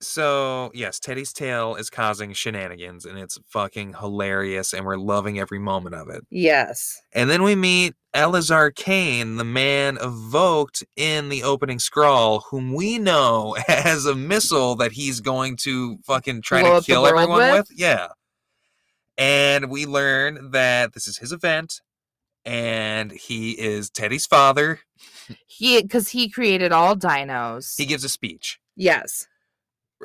A: so yes, Teddy's tail is causing shenanigans and it's fucking hilarious and we're loving every moment of it.
B: Yes.
A: And then we meet Elazar Kane, the man evoked in the opening scrawl, whom we know as a missile that he's going to fucking try
B: Blow
A: to
B: up the
A: kill
B: world
A: everyone with.
B: with?
A: Yeah. And we learn that this is his event and he is Teddy's father.
B: He, because he created all dinos.
A: He gives a speech.
B: yes.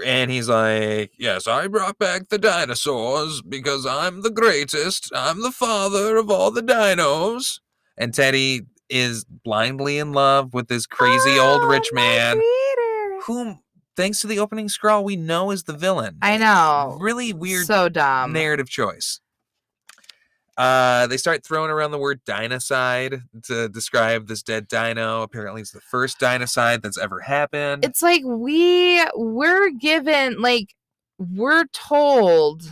A: and he's like, "Yes, I brought back the dinosaurs because I'm the greatest. I'm the father of all the dinos." And Teddy is blindly in love with this crazy old
B: Ah,
A: rich
B: my
A: man,
B: creator.
A: whom, thanks to the opening scroll, we know is the villain.
B: I know.
A: Really weird
B: So dumb.
A: narrative choice. Uh, they start throwing around the word dinocide to describe this dead dino. Apparently, it's the first dinocide that's ever happened.
B: It's like we we're given like we're told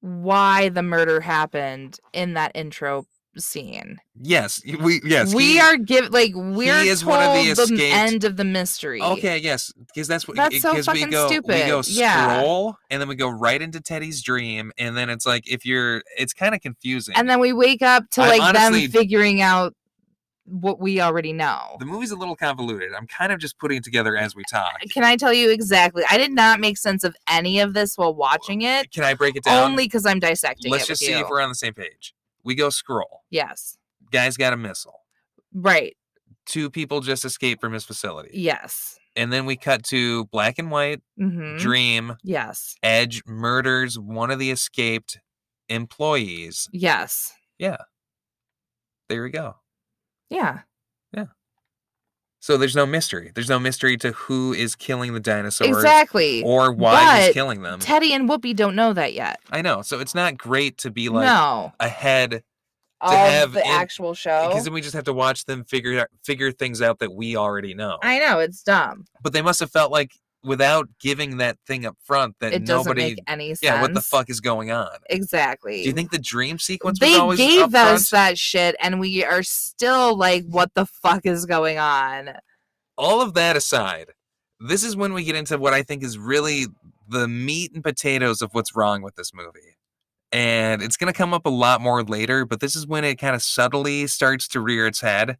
B: why the murder happened in that intro scene.
A: yes, we yes
B: we
A: he-
B: are given like we're
A: he is
B: told
A: one of the
B: the,
A: escaped-
B: end of the mystery.
A: Okay, yes, because that's what
B: That's so
A: because we
B: fucking
A: go we go
B: stupid, yeah.
A: scroll and then we go right into Teddy's dream and then it's like if you're it's kind of confusing.
B: And then we wake up to
A: I'm
B: like
A: honestly-
B: them figuring out what we already know.
A: the movie's a little convoluted. I'm kind of just putting it together as we talk.
B: Can I tell you exactly? I did not make sense of any of this while watching it,
A: Can I break it down?
B: only because I'm dissecting
A: Let's
B: it
A: just
B: with
A: see
B: you.
A: if we're on the same page. We go scroll.
B: yes.
A: Guy's got a missile.
B: Right.
A: Two people just escaped from his facility.
B: Yes.
A: And then we cut to black and white,
B: hmm
A: dream,
B: yes.
A: Edge murders one of the escaped employees.
B: Yes.
A: There we go.
B: Yeah.
A: So there's no mystery. There's no mystery to who is killing the dinosaurs
B: exactly.
A: or why he's
B: But
A: killing them.
B: Teddy and Whoopi don't know that yet.
A: I know. So it's not great to be like
B: no.
A: ahead
B: Of
A: have
B: the
A: in-
B: actual show.
A: because then we just have to watch them figure out, figure things out that we already know.
B: I know it's dumb.
A: but they must have felt like without giving that thing up front that
B: It doesn't
A: nobody
B: make any sense.
A: yeah, what the fuck is going on?
B: Exactly.
A: Do you think the dream sequence was
B: they
A: always
B: gave
A: up
B: us
A: front?
B: that shit and we are still like what the fuck is going on
A: all of that aside, this is when we get into what I think is really the meat and potatoes of what's wrong with this movie. And it's going to come up a lot more later, but this is when it kind of subtly starts to rear its head.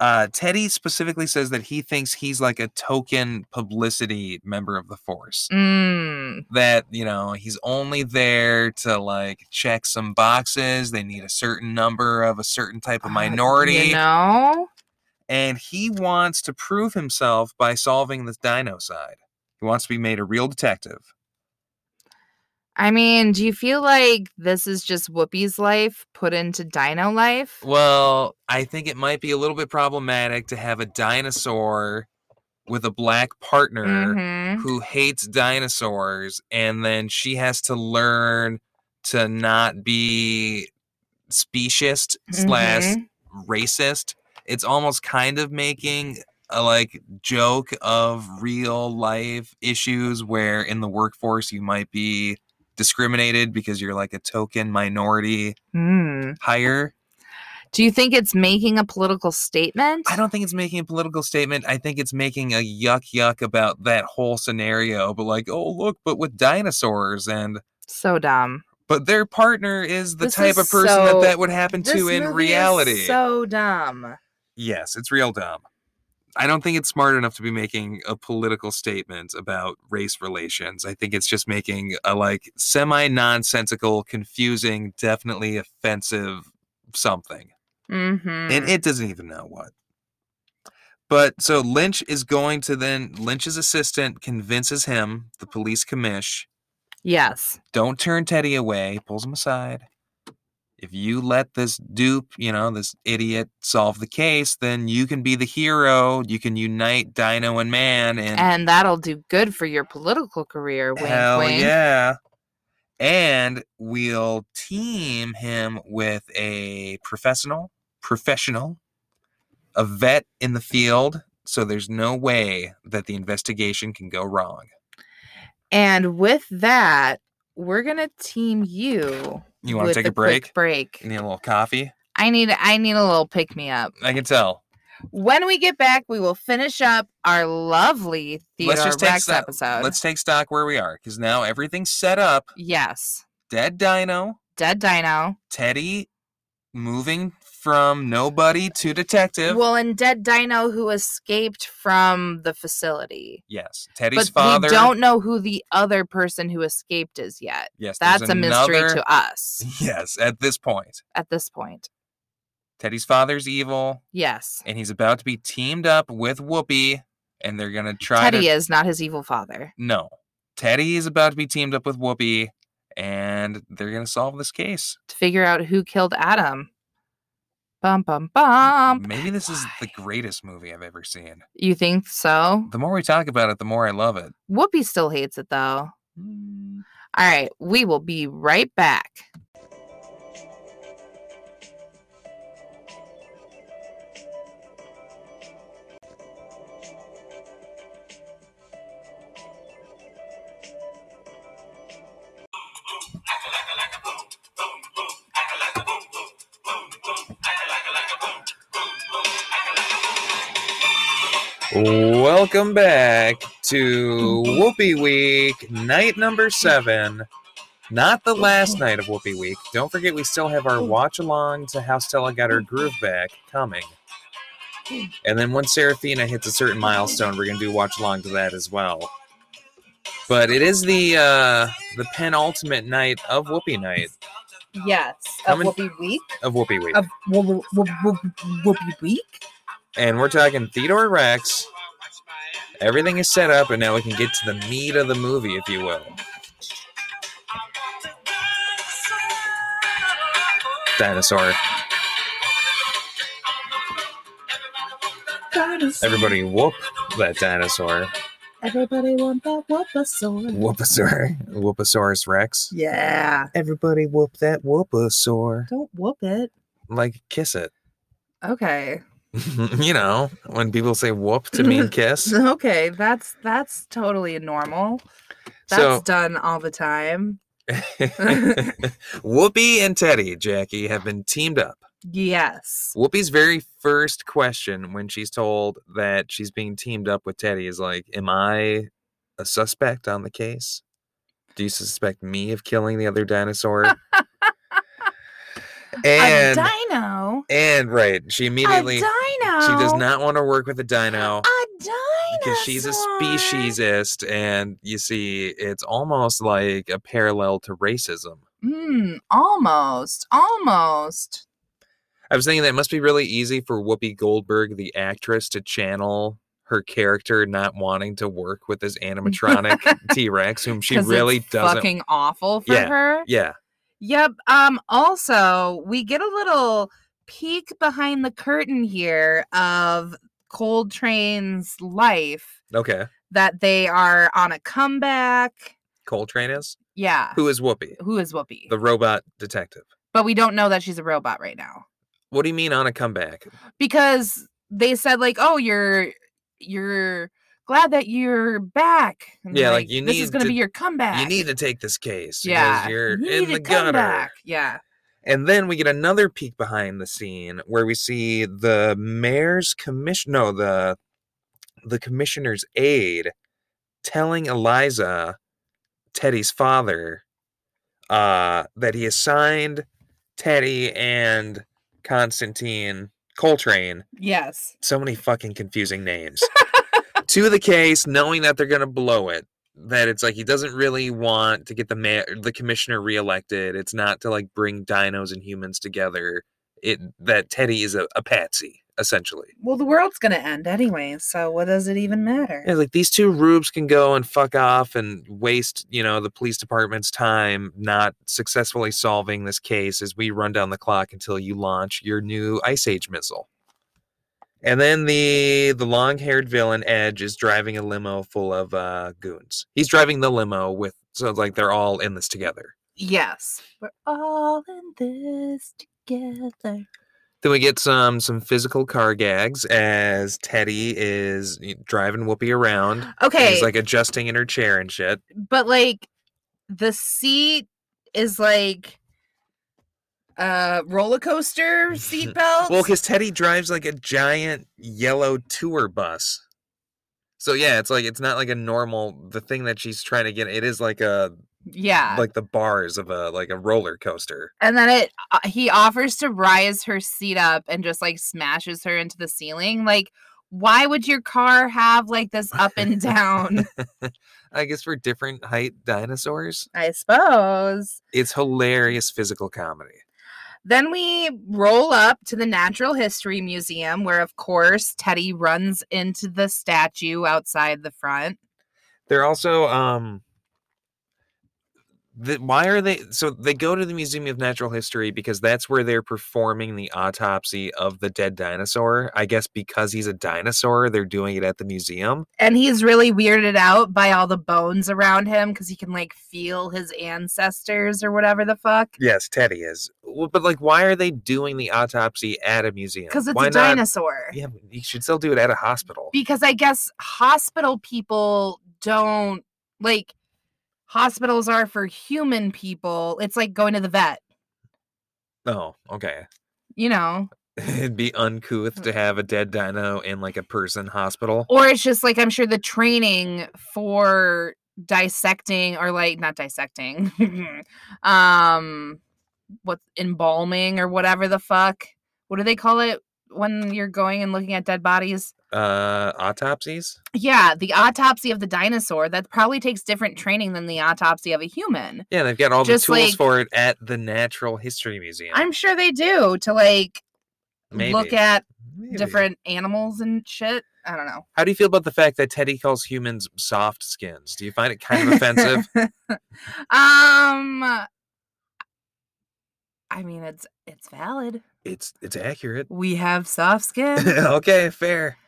A: Uh, Teddy specifically says that he thinks he's like a token publicity member of the force.
B: mm,
A: That, you know, he's only there to like check some boxes. They need a certain number of a certain type of minority
B: Ah, you know
A: and he wants to prove himself by solving this dino side. He wants to be made a real detective.
B: i mean do you feel like this is just whoopi's life put into dino life
A: Well, I think it might be a little bit problematic to have a dinosaur with a black partner
B: hmm
A: who hates dinosaurs, and then she has to learn to not be speciest slash racist. It's almost kind of making a like joke of real life issues where in the workforce you might be discriminated because you're like a token minority
B: mm.
A: hire.
B: do you think it's making a political statement
A: I don't think it's making a political statement. I think it's making a yuck yuck about that whole scenario, but like, oh look, but with dinosaurs and
B: so dumb
A: but their partner is the
B: This
A: type
B: is
A: of person
B: so-
A: that that would happen
B: This
A: to in
B: movie is
A: reality.
B: so dumb
A: Yes, it's real dumb. I don't think it's smart enough to be making a political statement about race relations. I think it's just making a like semi nonsensical, confusing, definitely offensive something.
B: mm-hmm.
A: And it doesn't even know what. But so Lynch is going to then, Lynch's assistant convinces him, the police commish,
B: yes
A: don't turn Teddy away, pulls him aside. If you let this dupe, you know, this idiot solve the case, then you can be the hero. You can unite Dino and Man and,
B: and that'll do good for your political career wink,
A: hell
B: wink.
A: yeah. And we'll team him with a professional, professional, a vet in the field. So there's no way that the investigation can go wrong.
B: And with that, we're gonna team you.
A: You want to
B: with
A: take a
B: quick
A: break?
B: break.
A: Need a little coffee?
B: I need I need a little pick me up.
A: I can tell.
B: When we get back, we will finish up our lovely
A: let's
B: Theodore
A: just take
B: Rex
A: stock,
B: episode.
A: Let's take stock where we are because now everything's set up.
B: Yes,
A: Dead Dino,
B: dead dino.
A: Teddy moving from nobody to detective.
B: Well, and dead dino who escaped from the facility.
A: yes, Teddy's
B: But
A: father.
B: we don't know who the other person who escaped is yet.
A: Yes, there's
B: That's a mystery
A: another-
B: to us
A: Yes, at this point,
B: at this point.
A: Teddy's father's evil,
B: Yes.
A: and he's about to be teamed up with Whoopi, and they're gonna try
B: Teddy
A: to.
B: is not his evil father.
A: No, Teddy is about to be teamed up with Whoopi, and they're gonna solve this case.
B: to figure out who killed Adam. Bum bum bum.
A: Maybe this is the
B: why?
A: greatest movie I've ever seen.
B: You think so?
A: The more we talk about it, the more I love it.
B: Whoopi still hates it though. All right, we will be right back.
A: Welcome back to Whoopi Week, night number seven. Not the last night of Whoopi Week. Don't forget, we still have our watch along to How Stella Got Her Groove Back coming. And then once Seraphina hits a certain milestone, we're going to do watch along to that as well. But it is the uh, the penultimate night of Whoopi Night
B: Yes. Of
A: Coming-
B: Whoopi Week.
A: of Whoopi Week,
B: Of Whoop- Whoop- Whoop- Whoopi Week.
A: and we're talking Theodore Rex. Everything is set up, and now we can get to the meat of the movie, if you will. Dinosaur. Everybody whoop that dinosaur.
B: Everybody want that whoopasaur.
A: Whoopasaur. Whoopasaurus Rex.
B: Yeah.
A: Everybody whoop that whoopasaur.
B: Don't whoop it.
A: Like kiss it.
B: Okay.
A: you know, when people say whoop to mean kiss.
B: Okay, that's that's totally normal. That's
A: so
B: done all the time.
A: Whoopi and Teddy, Jackie, have been teamed up.
B: Yes.
A: Whoopi's very first question when she's told that she's being teamed up with Teddy is like, Am I a suspect on the case? Do you suspect me of killing the other dinosaur? and
B: a dino.
A: and right, she immediately
B: a
A: she
B: dino.
A: does not want to work with a dino
B: A dino.
A: because she's a speciesist and you see it's almost like a parallel to racism.
B: Mm, almost. Almost.
A: I was thinking that it must be really easy for Whoopi Goldberg, the actress, to channel her character not wanting to work with this animatronic T Rex, whom she
B: 'Cause it's
A: really doesn't.
B: Fucking awful for
A: Yeah.
B: her.
A: yeah,
B: Yep. Um. Also, we get a little peek behind the curtain here of Cold Train's life
A: okay.
B: that they are on a comeback.
A: Coltrane is
B: Yeah.
A: who is Whoopi,
B: Who is Whoopi?
A: the robot detective.
B: but we don't know that she's a robot right now
A: What do you mean on a comeback?
B: because they said like, "Oh, you're you're glad that you're back." And
A: Yeah, like, you
B: this is
A: need
B: gonna
A: to-
B: be your comeback.
A: You need to take this case. because
B: yeah,
A: you're
B: you
A: in
B: need
A: the
B: to come
A: gutter.
B: back. Yeah,
A: And then we get another peek behind the scene where we see the mayor's commission no, the the commissioner's aide telling Eliza, Teddy's father, uh, that he assigned Teddy and Constantine Coltrane,
B: yes,
A: so many fucking confusing names, to the case, knowing that they're gonna blow it. That it's like he doesn't really want to get the mayor, the commissioner reelected. It's not to like bring dinos and humans together. It that Teddy is a, a patsy essentially.
B: Well, the world's gonna end anyway, so what does it even matter?
A: Yeah, like these two rubes can go and fuck off and waste, you know, the police department's time not successfully solving this case as we run down the clock until you launch your new ice age missile. And then the the long-haired villain Edge is driving a limo full of uh, goons. He's driving the limo with so like they're all in this together.
B: Yes, we're all in this together.
A: Then we get some some physical car gags as Teddy is y- driving Whoopi around. and
B: Okay,
A: He's like adjusting in her chair and shit.
B: but like the seat is like uh roller coaster seat belts.
A: Well, because Teddy drives like a giant yellow tour bus. So yeah, it's like it's not like a normal the thing that she's trying to get. It is like a
B: yeah.
A: like the bars of a like a roller coaster.
B: and then it uh, he offers to rise her seat up and just like smashes her into the ceiling. Like, why would your car have like this up and down?
A: I guess for different height dinosaurs,
B: I suppose.
A: it's hilarious physical comedy.
B: Then we roll up to the Natural History Museum, where, of course, Teddy runs into the statue outside the front.
A: They're also um. The, why are they so they go to the museum of natural history because that's where they're performing the autopsy of the dead dinosaur i guess because he's a dinosaur they're doing it at the museum
B: And he's really weirded out by all the bones around him because he can, like, feel his ancestors or whatever the fuck.
A: Yes, Teddy is. Well, but like, why are they doing the autopsy at a museum?
B: Because it's
A: why
B: a dinosaur.
A: Yeah, but you should still do it at a hospital.
B: because I guess hospital people don't like hospitals are for human people. It's like going to the vet,
A: oh, okay.
B: you know.
A: It'd be uncouth to have a dead dino in like a person hospital.
B: Mm. Or it's just like I'm sure the training for dissecting or like not dissecting. um what embalming or whatever the fuck. What do they call it when you're going and looking at dead bodies?
A: Uh, autopsies.
B: Yeah, the autopsy of the dinosaur that probably takes different training than the autopsy of a human.
A: Yeah, they've got all
B: Just,
A: the tools
B: like-
A: for it at the Natural History Museum.
B: I'm sure they do to like look
A: Maybe.
B: at
A: Maybe.
B: different animals and shit. I don't know.
A: How do you feel about the fact that Teddy calls humans soft skins? Do you find it kind of offensive?
B: um I mean it's it's valid.
A: it's it's accurate.
B: We have soft skin.
A: okay, fair.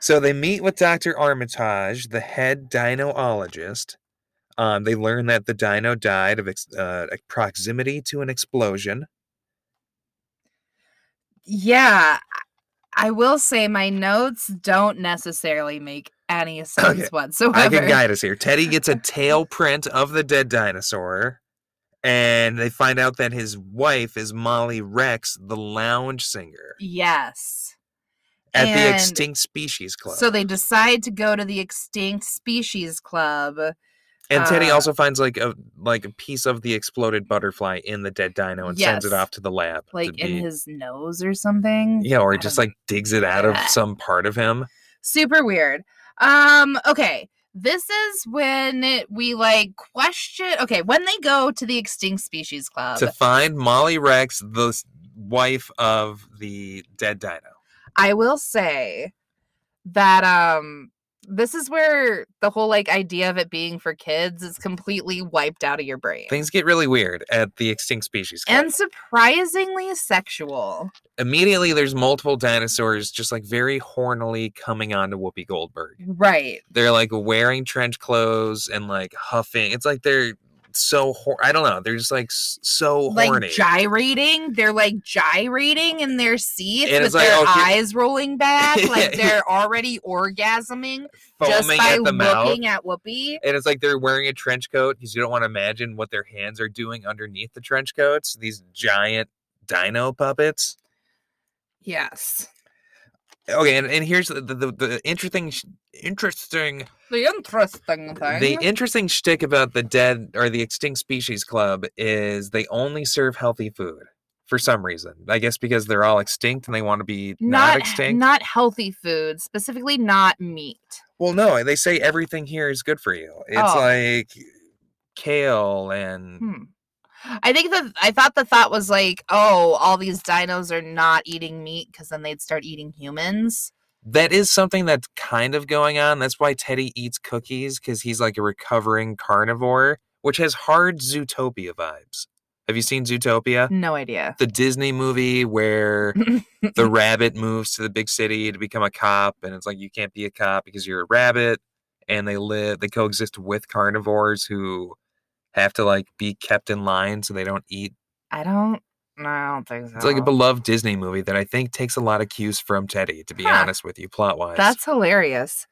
A: So they meet with Dr. Armitage, the head dinoologist. Um, they learn that the dino died of ex- uh, a proximity to an explosion.
B: yeah. I- I will say my notes don't necessarily make any sense whatsoever.
A: I can guide us here. Teddy gets a tail print of the dead dinosaur, and they find out that his wife is Molly Rex, the lounge singer
B: Yes.
A: at the
B: And
A: Extinct Species Club.
B: So they decide to go to the extinct species club.
A: and Teddy
B: uh,
A: also finds like a like a piece of the exploded butterfly in the dead dino and sends it
B: Yes.
A: off to the lab. to
B: like in
A: be-
B: his nose or something.
A: Yeah, or
B: I
A: he just
B: don't
A: like digs it out of
B: Yeah.
A: some part of him.
B: Super weird. Um, okay. This is when it, we like question. Okay, when they go to the extinct species club,
A: to find Molly Rex, the s- wife of the dead dino.
B: I will say that um, this is where the whole like idea of it being for kids is completely wiped out of your brain.
A: Things get really weird at the Extinct Species Club.
B: and surprisingly sexual.
A: Immediately, there's multiple dinosaurs just like very hornily coming onto Whoopi Goldberg.
B: Right.
A: They're like wearing trench clothes and like huffing. It's like they're so hor- I don't know. They're just like s- so horny.
B: Like gyrating. They're like gyrating in their seats
A: And it's
B: with
A: like,
B: their
A: okay-
B: eyes rolling back.
A: Yeah.
B: Like they're already orgasming just
A: foaming
B: by
A: at the
B: looking
A: mouth.
B: at Whoopi.
A: and it's like they're wearing a trench coat because you don't want to imagine what their hands are doing underneath the trench coats. These giant dino puppets.
B: Yes.
A: Okay, and, and here's the the, the, the interesting sh- interesting
B: The interesting thing.
A: the interesting shtick about the dead or the extinct species club is they only serve healthy food for some reason. I guess because they're all extinct and they want to be not,
B: not eh,
A: extinct.
B: not healthy food, specifically not meat.
A: Well, no, they say everything here is good for you. It's
B: Oh.
A: like kale and
B: Hmm. I think that I thought the thought was like, oh, all these dinos are not eating meat because then they'd start eating humans.
A: that is something that's kind of going on. That's why Teddy eats cookies because he's like a recovering carnivore, which has hard Zootopia vibes. Have you seen Zootopia?
B: No idea.
A: The Disney movie where the rabbit moves to the big city to become a cop, and it's like you can't be a cop because you're a rabbit, and they live they coexist with carnivores who have to like be kept in line so they don't eat.
B: I don't. No, I don't think so.
A: It's like a beloved Disney movie that I think takes a lot of cues from Teddy, to be
B: Huh.
A: honest with you, plot wise.
B: That's hilarious.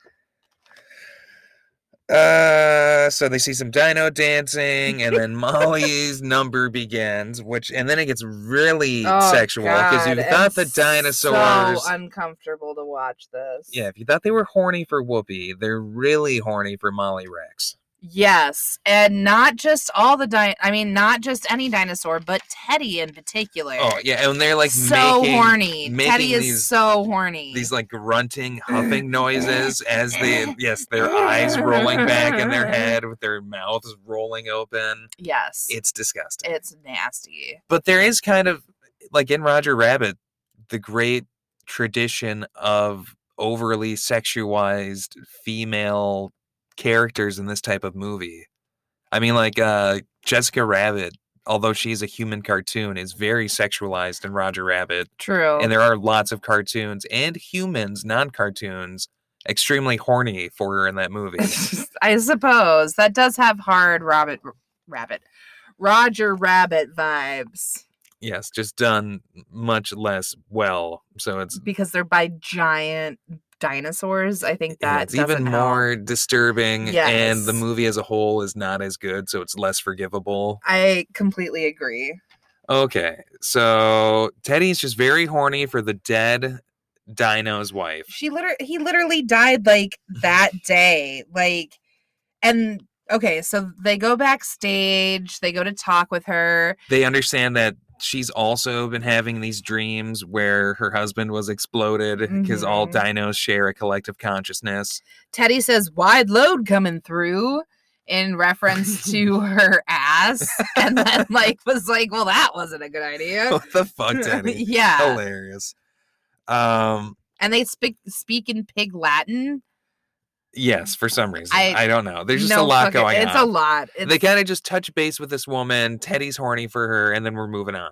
A: Uh, so they see some dino dancing, and then Molly's number begins, which and then it gets really sexual because you thought the dinosaurs.
B: Oh, So uncomfortable to watch this.
A: yeah, if you thought they were horny for Whoopi, they're really horny for Molly Rex.
B: Yes, and not just all the di. I mean, not just any dinosaur, but Teddy in particular.
A: Oh yeah, and they're like
B: so
A: making
B: horny.
A: making
B: Teddy is
A: these-
B: so horny.
A: these like grunting, huffing noises as they yes, their eyes rolling back in their head with their mouths rolling open.
B: yes,
A: It's disgusting.
B: it's nasty.
A: but there is kind of like in Roger Rabbit, the great tradition of overly sexualized female characters in this type of movie. I mean, like uh, Jessica Rabbit, although she's a human cartoon, is very sexualized in Roger Rabbit,
B: True.
A: and there are lots of cartoons and humans, non-cartoons, extremely horny for her in that movie.
B: I suppose that does have hard rabbit, rabbit, Roger Rabbit vibes
A: yes, just done much less well, so it's
B: because they're by giant dinosaurs. I think
A: Yeah,
B: that
A: it's even
B: doesn't help.
A: more disturbing, and the
B: Yes.
A: movie as a whole is not as good, so it's less forgivable.
B: I completely agree.
A: Okay, so Teddy's just very horny for the dead Dino's wife.
B: She literally he literally died like that day. Like and okay, so they go backstage, they go to talk with her.
A: They understand that she's also been having these dreams where her husband was exploded because all
B: Mhm.
A: dinos share a collective consciousness.
B: Teddy says wide load coming through in reference to her ass and then like was like, well that wasn't a good idea.
A: What the fuck, Teddy?
B: yeah.
A: Hilarious. Um,
B: And they speak speak in pig Latin.
A: yes, for some reason. I,
B: I-
A: don't know. There's just a
B: No
A: lot
B: fucking-
A: going
B: it's
A: on.
B: a lot. It's
A: they kind of just touch base with this woman. Teddy's horny for her, and then we're moving on.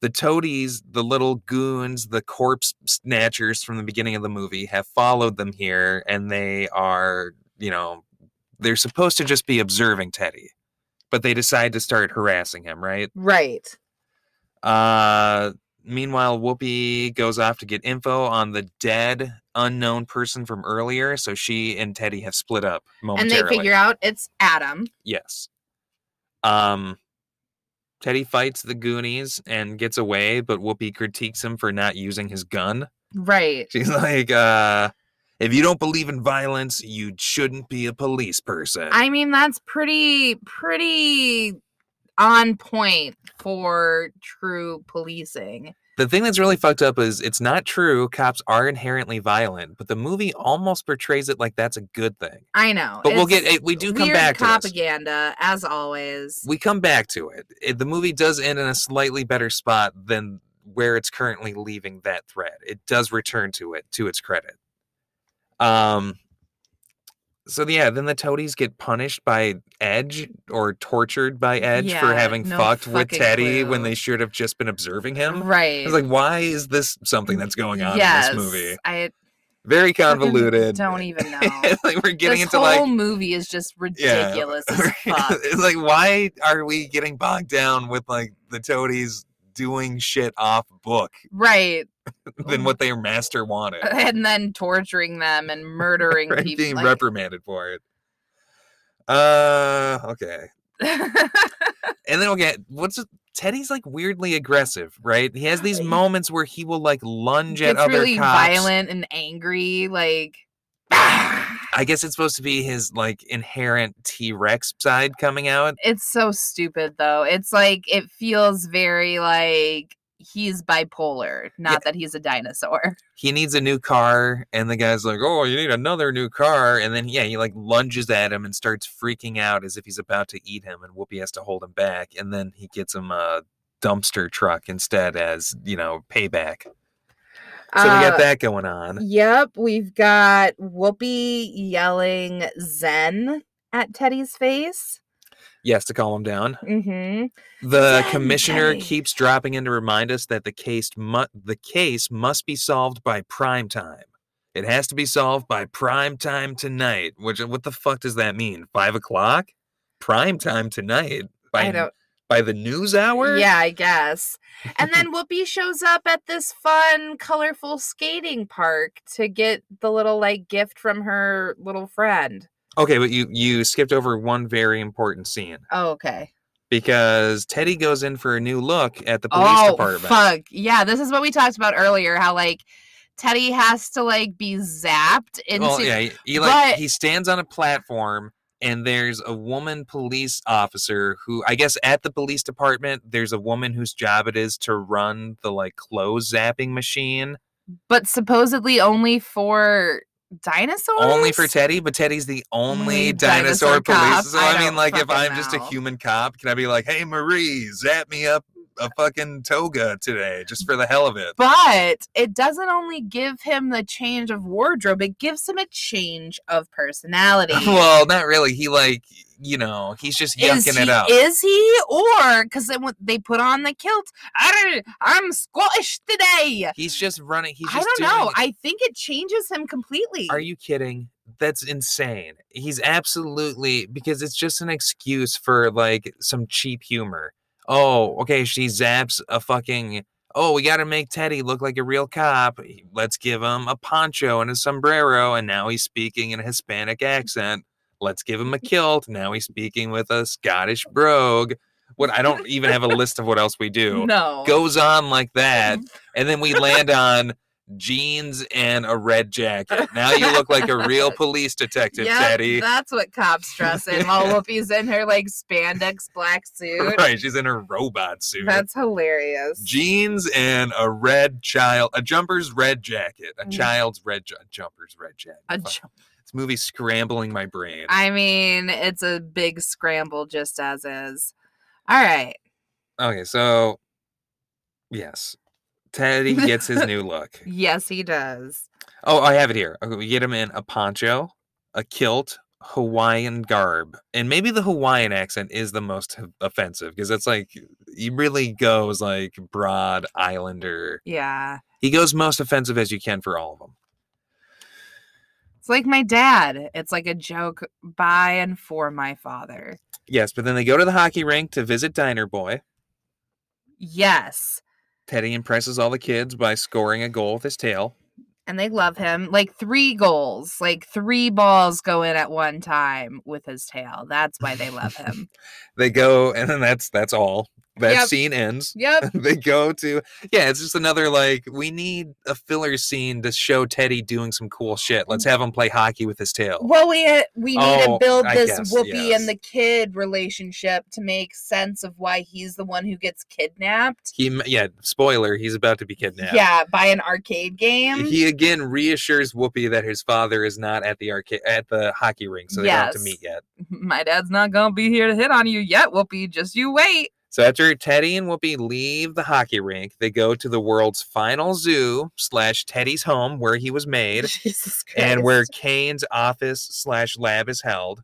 A: The toadies, the little goons, the corpse snatchers from the beginning of the movie have followed them here, and they are, you know, they're supposed to just be observing Teddy, but they decide to start harassing him, right?
B: right.
A: Uh, meanwhile, Whoopi goes off to get info on the dead unknown person from earlier, so she and Teddy have split up
B: And
A: momentarily.
B: they figure out it's Adam.
A: Yes. Um Teddy fights the Goonies and gets away, but Whoopi critiques him for not using his gun.
B: Right.
A: She's like, uh, if you don't believe in violence, you shouldn't be a police person.
B: I mean, that's pretty, pretty on point for true policing.
A: the thing that's really fucked up is it's not true. Cops are inherently violent, but the movie almost portrays it like that's a good thing.
B: I know.
A: But we'll
B: it's
A: get it. We do come
B: weird
A: back to this.
B: propaganda as always.
A: We come back to it. it. The movie does end in a slightly better spot than where it's currently leaving that thread. It does return to it to its credit. Um so yeah, then the toadies get punished by Edge or tortured by Edge for
B: Yeah,
A: having
B: no
A: fucked with
B: fucking
A: Teddy when
B: clue.
A: they should have just been observing him. I
B: Right.
A: was like, why is this something that's going on
B: yes,
A: in this movie?
B: I
A: Very
B: fucking
A: convoluted.
B: Don't even know.
A: like we're getting
B: this
A: into
B: whole
A: like
B: movie is just
A: Yeah.
B: ridiculous as fuck.
A: it's like why are we getting bogged down with like the toadies doing shit off book
B: Right. Mm-hmm.
A: than what their master wanted
B: And then torturing them and murdering
A: right?
B: people.
A: being
B: like-
A: reprimanded for it uh okay and then we'll get what's it- teddy's like weirdly aggressive right he has these
B: He-
A: moments where he will like lunge at
B: gets
A: other
B: really
A: cops
B: violent and angry, like
A: i guess it's supposed to be his like inherent t-rex side coming out
B: it's so stupid though. It's like it feels very like he's bipolar, not that he's a dinosaur.
A: he needs a new car and the guy's like oh you need another new car and then yeah he like lunges at him and starts freaking out as if he's about to eat him and whoopi has to hold him back and then he gets him a dumpster truck instead as you know payback so we got that going on
B: Uh, Yep, we've got Whoopi yelling Zen at Teddy's face.
A: yes to calm him down
B: Mm-hmm.
A: the
B: Zen,
A: commissioner
B: Teddy.
A: keeps dropping in to remind us that the case mu- the case must be solved by prime time it has to be solved by prime time tonight. Which what the fuck does that mean? Five o'clock? Prime time tonight? By
B: I don't.
A: by the news hour?
B: Yeah, I guess. And then Whoopi shows up at this fun, colorful skating park to get the little like gift from her little friend.
A: Okay, but you you skipped over one very important scene
B: Oh, okay.
A: because Teddy goes in for a new look at the police
B: oh,
A: department.
B: fuck. Yeah, this is what we talked about earlier. How like Teddy has to like be zapped into.
A: Well, yeah, he, he like
B: but-
A: he stands on a platform and there's a woman police officer who I guess at the police department there's a woman whose job it is to run the like clothes zapping machine
B: But supposedly only for dinosaurs.
A: only for Teddy, but Teddy's the only
B: Only
A: dinosaur,
B: dinosaur
A: police.
B: cop.
A: So
B: I
A: I, mean,
B: don't
A: like, if
B: fucking
A: I'm just a
B: know.
A: human cop, can I be like, "Hey, Marie, zap me up a fucking toga today, just for the hell of it"?
B: But it doesn't only give him the change of wardrobe; it gives him a change of personality.
A: well, not really. He like, you know, he's just
B: is
A: yucking
B: he,
A: it up.
B: Is he or because then when they put on the kilt? "Arr, I'm squattish today.
A: he's just running. He's
B: I
A: just
B: don't
A: doing
B: know.
A: it.
B: I think it changes him completely.
A: Are you kidding? That's insane. He's absolutely because it's just an excuse for like some cheap humor. Oh, okay, she zaps a fucking Oh, we got to make Teddy look like a real cop. Let's give him a poncho and a sombrero and now he's speaking in a Hispanic accent. Let's give him a kilt. Now he's speaking with a Scottish brogue. What I don't even have a list of what else we do.
B: No.
A: Goes on like that,
B: Mm-hmm.
A: and then we land on jeans and a red jacket. Now you look like a real police detective,
B: Yep,
A: Teddy.
B: That's what cops dress in while Whoopi's in her like spandex black suit.
A: Right, she's in her robot suit.
B: That's hilarious.
A: jeans and a red child, a jumper's red jacket, a
B: Mm.
A: child's red ja- jumper's red jacket.
B: A
A: Fuck,
B: ju-
A: this movie's scrambling my brain.
B: I mean, it's a big scramble just as is. All right.
A: okay, so yes, Teddy gets his new look.
B: Yes, he does.
A: Oh, I have it here. Okay, we get him in a poncho, a kilt, Hawaiian garb, and maybe the Hawaiian accent is the most h- offensive because it's like he really goes like broad islander.
B: Yeah.
A: He goes most offensive as you can for all of them.
B: It's like my dad. It's like a joke by and for my father.
A: Yes, but then they go to the hockey rink to visit Diner Boy.
B: Yes.
A: Teddy impresses all the kids by scoring a goal with his tail.
B: And they love him. Like three goals, like three balls go in at one time with his tail. That's why they love him.
A: They go, and then that's that's all. That
B: Yep.
A: scene ends.
B: yep.
A: they go to yeah it's just another like we need a filler scene to show teddy doing some cool shit
B: Mm.
A: let's have him play hockey with his tail
B: Well, we ha- we need
A: Oh,
B: to build
A: I
B: this
A: guess,
B: Whoopi
A: yes.
B: and the kid relationship to make sense of why he's the one who gets kidnapped.
A: he m- yeah spoiler he's about to be kidnapped
B: Yeah, by an arcade game.
A: he again reassures whoopi that his father is not at the arcade at the hockey rink so they don't have to
B: Yes.
A: meet yet
B: My dad's not gonna be here to hit on you yet, Whoopi. Just you wait.
A: so after teddy and whoopi leave the hockey rink they go to the world's final zoo slash teddy's home where he was made
B: Jesus Christ.
A: and where Kane's office slash lab is held.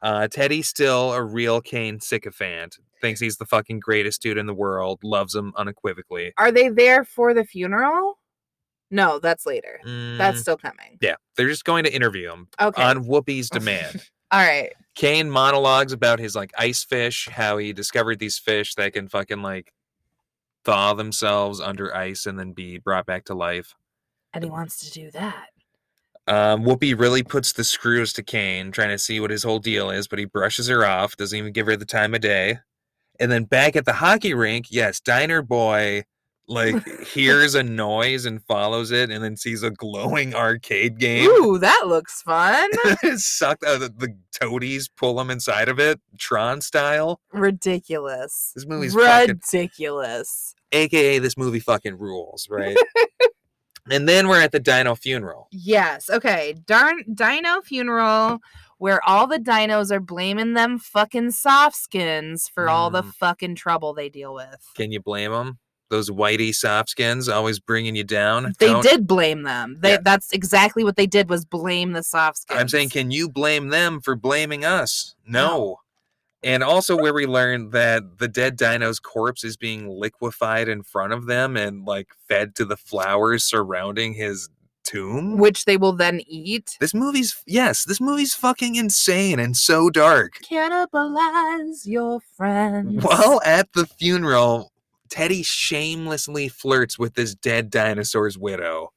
A: Uh, Teddy, still a real Kane sycophant, thinks he's the fucking greatest dude in the world, loves him unequivocally.
B: are they there for the funeral? No, that's later. That's
A: Mm,
B: still coming.
A: yeah. They're just going to interview him
B: Okay.
A: on Whoopi's demand.
B: All right.
A: Kane monologues about his like ice fish, how he discovered these fish that can fucking like thaw themselves under ice and then be brought back to life.
B: And he wants to do that.
A: Um, Whoopi really puts the screws to Kane, trying to see what his whole deal is, but he brushes her off, doesn't even give her the time of day. And then back at the hockey rink, yes, Diner Boy like hears a noise and follows it, and then sees a glowing arcade game.
B: Ooh, that looks fun.
A: Sucked out the, the toadies, pull him inside of it, Tron style.
B: Ridiculous.
A: This movie's fucking-
B: ridiculous.
A: AKA this movie fucking rules, right? and then we're at the Dino funeral.
B: Yes. Okay. Darn dino funeral where all the dinos are blaming them fucking soft skins for all the
A: Mm.
B: fucking trouble they deal with.
A: Can you blame them? Those whitey softskins always bringing you down.
B: They
A: Don't-
B: did blame them. They,
A: Yeah.
B: That's exactly what they did was blame the soft skins.
A: I'm saying, can you blame them for blaming us? No.
B: No.
A: And also, where we learned that the dead dino's corpse is being liquefied in front of them and like fed to the flowers surrounding his tomb.
B: which they will then eat.
A: This movie's yes, this movie's fucking insane and so dark.
B: Cannibalize your friends.
A: While at the funeral, Teddy shamelessly flirts with this dead dinosaur's widow.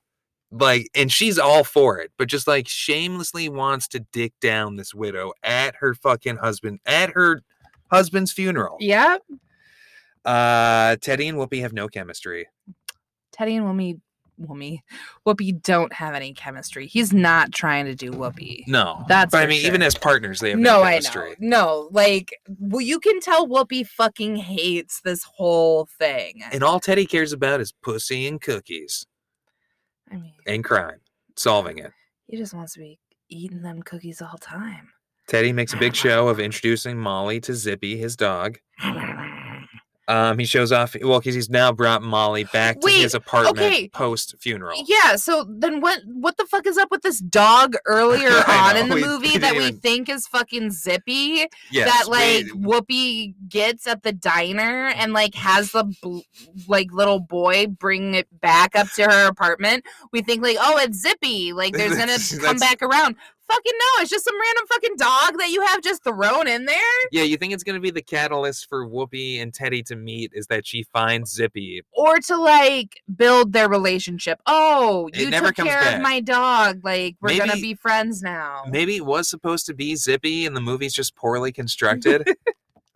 A: Like, and she's all for it, but just like shamelessly wants to dick down this widow at her fucking husband, at her husband's funeral.
B: Yep.
A: Uh, Teddy and Whoopi have no chemistry.
B: Teddy and Whoopi, Whoopi, Whoopi don't have any chemistry. He's not trying to do Whoopi.
A: No.
B: That's
A: but I
B: for
A: mean, even
B: sure.
A: as partners, they have no,
B: no, I know.
A: chemistry.
B: No, like, well, you can tell Whoopi fucking hates this whole thing.
A: And all Teddy cares about is pussy and cookies
B: I mean,
A: and crime, solving it.
B: he just wants to be eating them cookies all time.
A: Teddy makes a big show of introducing Molly to Zippy, his dog. Um, he shows off. Well, because he's now brought Molly back to his
B: Wait,
A: apartment
B: okay.
A: post funeral.
B: yeah, so then what what the fuck is up with this dog earlier
A: I
B: on in
A: know,
B: the
A: we
B: movie
A: didn't
B: that we
A: even-
B: think is fucking zippy
A: Yes,
B: that like
A: we-
B: Whoopi gets at the diner and like has the bl- like little boy bring it back up to her apartment. We think like, oh, it's Zippy. Like there's gonna
A: That's-
B: come
A: that's-
B: back around. Fucking no, it's just some random fucking dog that you have just thrown in there.
A: yeah, you think it's gonna be the catalyst for Whoopi and Teddy to meet is that she finds Zippy.
B: Or to like build their relationship. Oh,
A: It
B: you
A: never
B: took
A: comes
B: care
A: back.
B: of my dog. Like we're gonna
A: Maybe-
B: be friends now.
A: Maybe it was supposed to be Zippy, and the movie's just poorly constructed.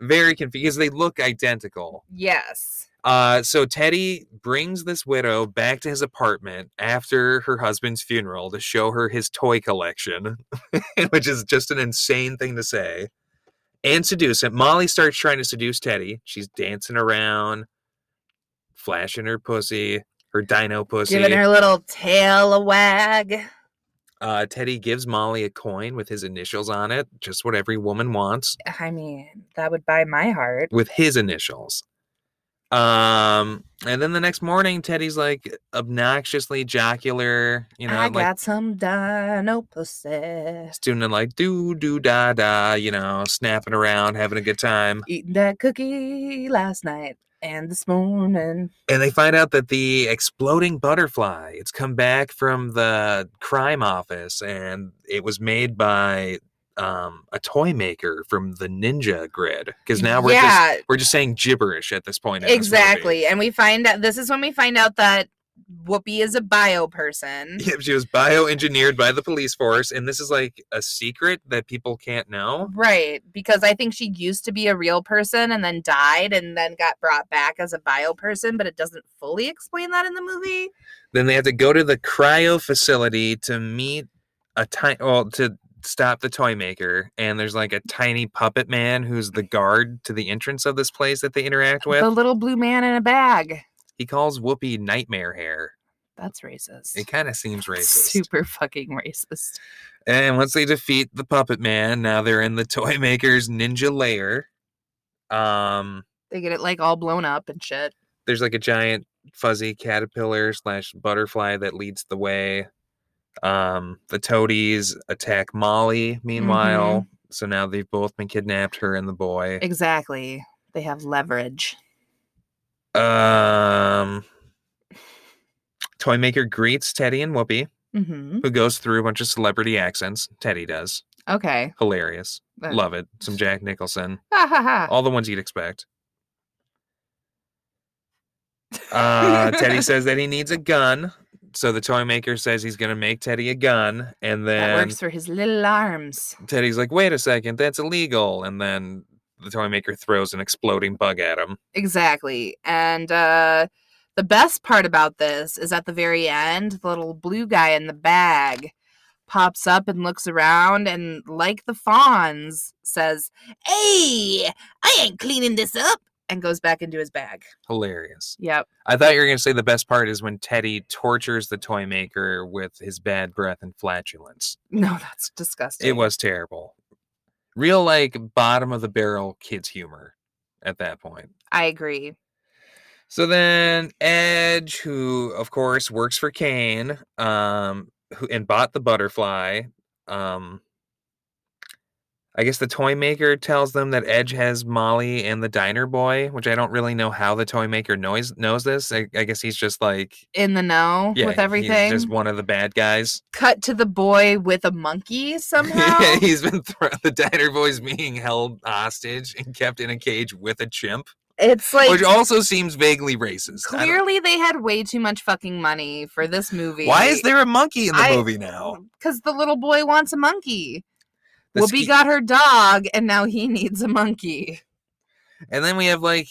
A: very confused because they look identical.
B: Yes.
A: Uh, so Teddy brings this widow back to his apartment after her husband's funeral to show her his toy collection, which is just an insane thing to say, and seduce him. Molly starts trying to seduce Teddy. She's dancing around, flashing her pussy, her dino pussy.
B: Giving her little tail a wag.
A: Uh, Teddy gives Molly a coin with his initials on it, just what every woman wants,
B: I mean, that would buy my heart.
A: with his initials. Um, and then the next morning, Teddy's like obnoxiously jocular, you know,
B: I
A: like
B: got some dino pussy.
A: student like do do da da, you know, snapping around, having a good time.
B: Eating that cookie last night and this morning.
A: And they find out that the exploding butterfly, it's come back from the crime office and it was made by um a toy maker from the ninja grid. Because now we're just
B: yeah,
A: we're just saying gibberish at this point. in this movie.
B: exactly. And we find out this is when we find out that Whoopi is a bio person.
A: Yep, she was bioengineered by the police force, and this is like a secret that people can't know.
B: Right, because I think she used to be a real person and then died and then got brought back as a bio person, but it doesn't fully explain that in the movie.
A: Then they have to go to the cryo facility to meet a tiny, well, to stop the toy maker. And there's like a tiny puppet man who's the guard to the entrance of this place that they interact
B: The
A: with.
B: little blue man in a bag.
A: He calls Whoopi nightmare hair.
B: That's racist.
A: It kind of seems racist.
B: Super fucking racist.
A: And once they defeat the puppet man, now they're in the toy maker's ninja lair. Um,
B: They get it like all blown up and shit.
A: there's like a giant fuzzy caterpillar slash butterfly that leads the way. Um, the toadies attack Molly, meanwhile. So now they've both been kidnapped, her and the boy.
B: Exactly. They have leverage.
A: Um, Toy Maker greets Teddy and Whoopi,
B: Mm-hmm.
A: who goes through a bunch of celebrity accents. Teddy does.
B: Okay.
A: Hilarious.
B: Uh,
A: Love it. Some Jack Nicholson.
B: Ha ha ha.
A: All the ones you'd expect. Uh, Teddy says that he needs a gun. So the toy maker says he's going to make Teddy a gun. And
B: That
A: then
B: works for his little arms.
A: Teddy's like, wait a second, that's illegal. And then the toy maker throws an exploding bug at him.
B: Exactly. And uh the best part about this is at the very end, the little blue guy in the bag pops up and looks around and like the fawns says, Hey, I ain't cleaning this up and goes back into his bag.
A: Hilarious.
B: Yep.
A: I thought you were going to say the best part is when Teddy tortures the toy maker with his bad breath and flatulence.
B: No, that's disgusting.
A: It was terrible. Real, like, bottom of the barrel kids' humor at that point.
B: I agree.
A: So then Edge, who of course works for Kane, um, who and bought the butterfly, um, I guess the toy maker tells them that Edge has Molly and the diner boy, which I don't really know how the toy maker knows knows this. I, I guess he's just like
B: In the know
A: yeah,
B: with
A: he's
B: everything.
A: just one of the bad guys.
B: Cut to the boy with a monkey somehow.
A: Yeah, he's been thro- the diner boy's being held hostage and kept in a cage with a chimp,
B: It's like
A: which also seems vaguely racist. I don't-
B: clearly they had way too much fucking money for this movie.
A: Why is there a monkey in the
B: I-
A: movie now?
B: Because the little boy wants a monkey.
A: The
B: Whoopi
A: ski-
B: got her dog, and now he needs a monkey.
A: And then we have like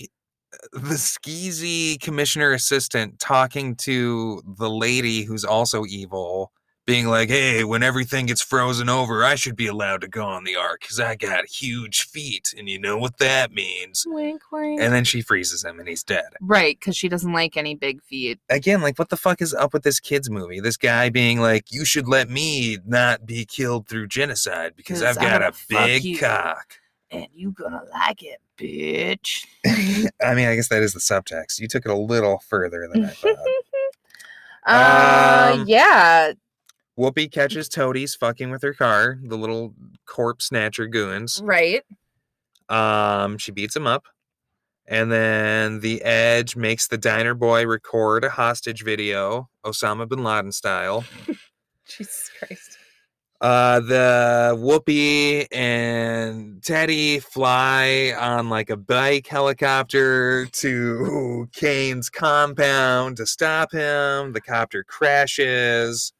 A: the skeezy commissioner assistant talking to the lady who's also evil, being like, hey, when everything gets frozen over, I should be allowed to go on the ark because I got huge feet and you know what that means.
B: Wink, wink.
A: And then she freezes him and he's dead.
B: right, because she doesn't like any big feet.
A: Again, like, what the fuck is up with this kid's movie? This guy being like, you should let me not be killed through genocide because
B: 'Cause
A: I've
B: I'm
A: got
B: gonna
A: a
B: fuck
A: big
B: you."
A: cock.
B: And you gonna like it, bitch.
A: I mean, I guess that is the subtext. You took it a little further than I thought.
B: Uh,
A: Um,
B: yeah.
A: Whoopi catches Toadies fucking with her car, the little corpse snatcher goons.
B: Right.
A: Um, she beats him up. And then the Edge makes the diner boy record a hostage video, Osama bin Laden style.
B: Jesus Christ.
A: Uh, the Whoopi and Teddy fly on like a bike helicopter to Kane's compound to stop him. The copter crashes.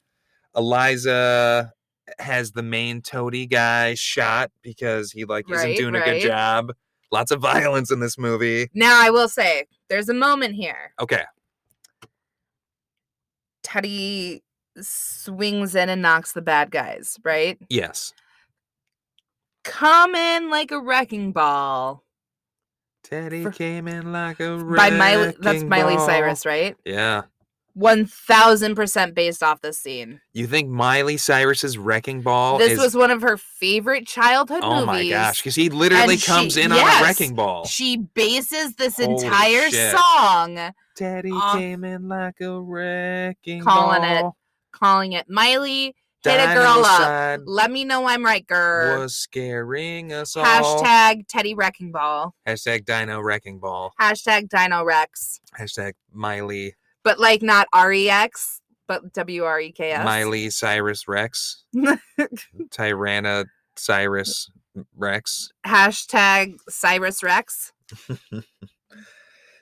A: Eliza has the main toady guy shot because he like isn't
B: Right,
A: doing a
B: right.
A: good job. Lots of violence in this movie.
B: Now I will say there's a moment here.
A: Okay.
B: Teddy swings in and knocks the bad guys, right?
A: Yes.
B: Come in like a wrecking ball
A: Teddy
B: For-
A: came in like a
B: by Miley that's
A: wrecking
B: Miley
A: ball.
B: Cyrus, right?
A: Yeah.
B: 1000% based off this scene.
A: You think Miley Cyrus's wrecking ball
B: this
A: is
B: was one of her favorite childhood
A: Oh
B: movies.
A: my gosh, because he literally
B: And she-
A: comes in on
B: yes.
A: a wrecking ball.
B: She bases this
A: Holy
B: entire
A: shit.
B: song
A: Teddy
B: Aw.
A: came in like a wrecking
B: Calling it.
A: ball.
B: calling it Miley, hit a
A: Dino
B: girl up.
A: side
B: Let me know I'm right, girl.
A: Was scaring us all.
B: Hashtag Teddy Wrecking Ball.
A: Hashtag Dino Wrecking Ball.
B: Hashtag Dino Rex.
A: Hashtag Miley
B: But like not R E X, but W R E K S.
A: Miley Cyrus Rex. Tyranna Cyrus Rex.
B: Hashtag Cyrus Rex.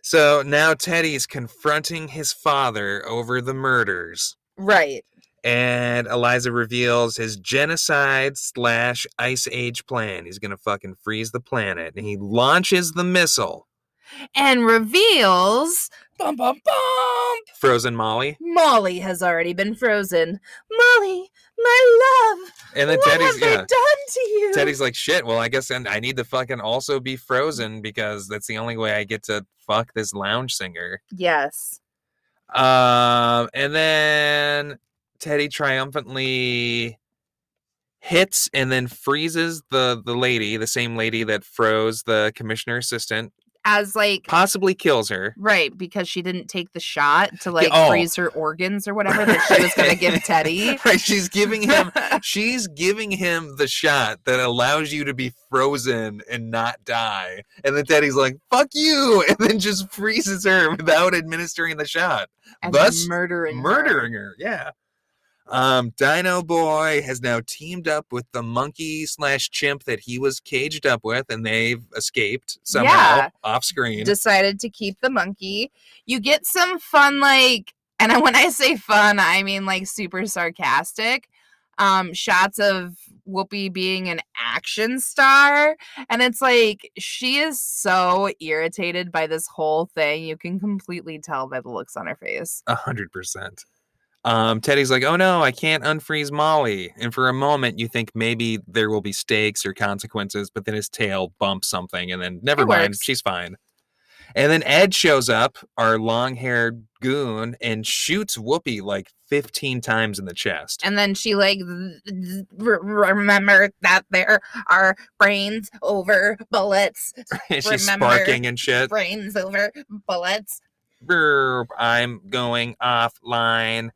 A: So now Teddy's confronting his father over the murders.
B: Right.
A: And Eliza reveals his genocide slash ice age plan. He's gonna fucking freeze the planet. And he launches the missile.
B: And reveals bum bum bum
A: Frozen Molly.
B: Molly has already been frozen. Molly, my love,
A: And then
B: what
A: Uh, Teddy's
B: have they
A: yeah.
B: done to you?
A: Teddy's like, shit, well, I guess and I need to fucking also be frozen because that's the only way I get to fuck this lounge singer.
B: Yes.
A: Um, and then Teddy triumphantly hits and then freezes the the lady, the same lady that froze the commissioner assistant,
B: As like
A: possibly kills her.
B: Right, because she didn't take the shot to like
A: oh.
B: freeze her organs or whatever that she was going to give Teddy.
A: right, she's giving him she's giving him the shot that allows you to be frozen and not die. And then Teddy's like, "Fuck you." And then just freezes her without administering the shot.
B: and
A: Thus,
B: murdering her.
A: murdering her. Yeah. Um, Dino Boy has now teamed up with the monkey slash chimp that he was caged up with, and they've escaped somehow
B: Yeah.
A: off screen.
B: Decided to keep the monkey. You get some fun, like, and I- when I say fun, I mean like super sarcastic um shots of Whoopi being an action star and it's like she is so irritated by this whole thing you can completely tell by the looks on her face
A: A hundred percent. Um, Teddy's like, "Oh no, I can't unfreeze Molly." And for a moment, you think maybe there will be stakes or consequences, but then his tail bumps something, and then never
B: It
A: mind,
B: works.
A: she's fine. And then Ed shows up, our long-haired goon, and shoots Whoopi like fifteen times in the chest.
B: and then she like r- remember that there are brains over bullets
A: And she's
B: Remember-
A: sparking and shit.
B: brains over bullets
A: Burp, I'm going offline.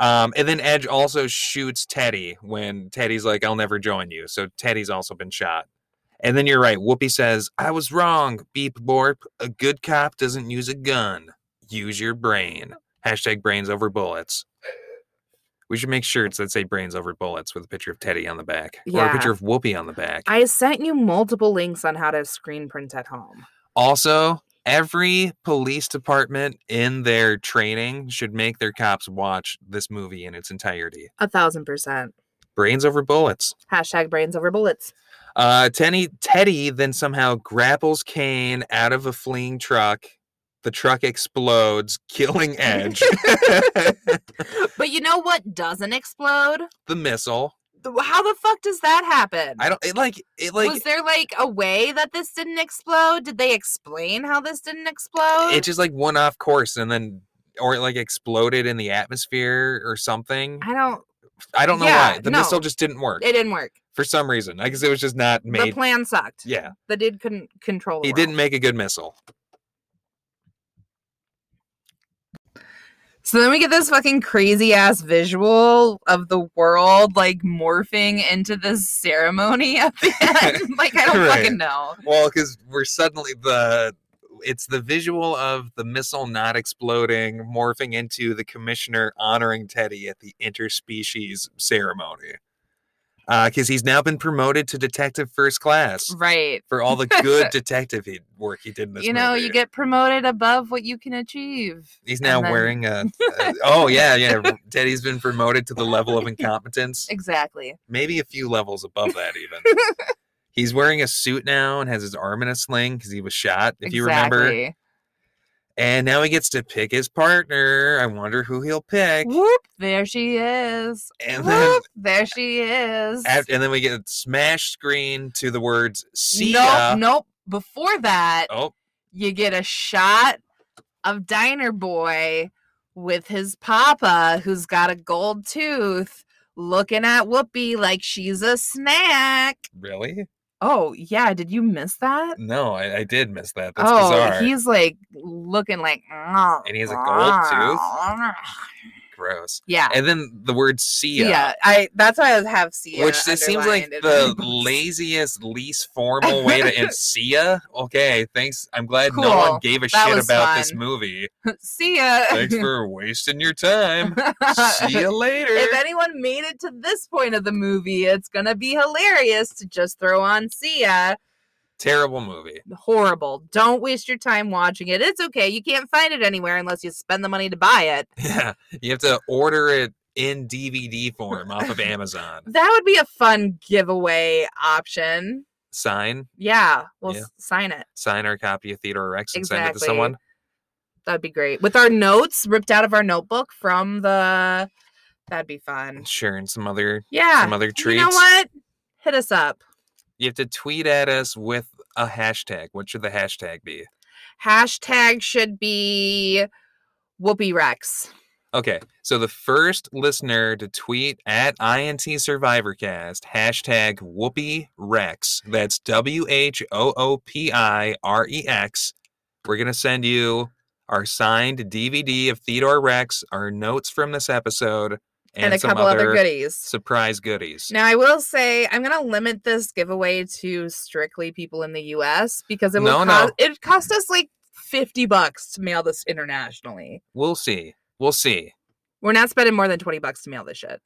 A: Um, and then Edge also shoots Teddy when Teddy's like, I'll never join you. So Teddy's also been shot. And then you're right. Whoopi says, I was wrong. Beep borp. A good cop doesn't use a gun. Use your brain. Hashtag brains over bullets. We should make shirts that say brains over bullets with a picture of Teddy on the back or a
B: Yeah.
A: picture of Whoopi on the back.
B: i sent you multiple links on how to screen print at home
A: Also, every police department in their training should make their cops watch this movie in its entirety.
B: a thousand percent
A: Brains over bullets.
B: hashtag brains over bullets
A: Uh, Teddy, Teddy then somehow grapples Kane out of a fleeing truck. The truck explodes, killing Edge.
B: but you know what doesn't explode
A: the missile.
B: The- how the fuck does that happen
A: I don't it like it like
B: was there like a way that this didn't explode did they explain how this didn't explode
A: it just like went off course and then or it like exploded in the atmosphere or something.
B: i don't
A: I don't know
B: yeah,
A: why. The
B: no.
A: missile just didn't work
B: it didn't work
A: for some reason. I guess it was just not
B: the
A: made
B: plan sucked
A: Yeah,
B: the dude couldn't control the
A: he
B: world.
A: didn't make a good missile.
B: So then we get this fucking crazy ass visual of the world like morphing into this ceremony at the end. like I don't
A: Right.
B: fucking know.
A: Well, because we're suddenly the it's the visual of the missile not exploding, morphing into the commissioner honoring Teddy at the interspecies ceremony. Because he's now been promoted to detective first class
B: Right.
A: for all the good detective he, work he did in this
B: you know, you
A: movie.
B: get promoted above what you can achieve.
A: He's now
B: and then-
A: wearing a, a. Oh, yeah, yeah. Teddy's been promoted to the level of incompetence.
B: Exactly.
A: maybe a few levels above that even. He's wearing a suit now and has his arm in a sling because he was shot, if you remember.
B: Exactly.
A: And now he gets to pick his partner. I wonder who he'll pick.
B: Whoop, there she is.
A: And then,
B: Whoop, there she is.
A: af- and then we get a smash screen to the words "see ya."
B: nope, nope. Before that,
A: Oh,
B: you get a shot of Diner Boy with his papa, who's got a gold tooth, looking at Whoopi like she's a snack.
A: really?
B: Oh, yeah. Did you miss that?
A: No, I, I did miss that. That's
B: oh,
A: bizarre.
B: he's like looking like. And
A: he has a gold tooth? Gross.
B: Yeah.
A: And then the word "see ya,"
B: Yeah, I. That's why I have Sia.
A: which this seems like
B: underlined in my
A: the
B: book.
A: laziest, least formal way to end "see ya." Okay, thanks. I'm glad no
B: Cool.
A: one gave a
B: That
A: shit
B: was
A: about this
B: fun.
A: movie.
B: Sia.
A: Thanks for wasting your time. See ya later.
B: if anyone made it to this point of the movie, it's gonna be hilarious to just throw on Sia.
A: Terrible movie.
B: Horrible. Don't waste your time watching it. It's okay. You can't find it anywhere unless you spend the money to buy it.
A: Yeah, you have to order it in DVD form off of Amazon.
B: That would be a fun giveaway option.
A: Sign,
B: Yeah, we'll
A: Yeah.
B: s- sign it.
A: sign our copy of Theodore Rex and send it to
B: Exactly.
A: someone.
B: That'd be great. With our notes ripped out of our notebook from the. That'd be fun.
A: Sure, and some other
B: Yeah.
A: some other treats.
B: You know what? Hit us up.
A: You have to tweet at us with a hashtag. What should the hashtag be?
B: Hashtag should be Whoopi Rex.
A: Okay, so the first listener to tweet at INT SurvivorCast, hashtag Whoopi Rex. That's W H O O P I R E X. We're going to send you our signed DVD of Theodore Rex, our notes from this episode, and,
B: And, a
A: some
B: couple
A: other,
B: other goodies.
A: surprise goodies.
B: Now, I will say I'm going to limit this giveaway to strictly people in the US because it would
A: No,
B: co-
A: no.
B: it cost us like 50 bucks to mail this internationally.
A: We'll see. We'll see.
B: We're not spending more than 20 bucks to mail this shit.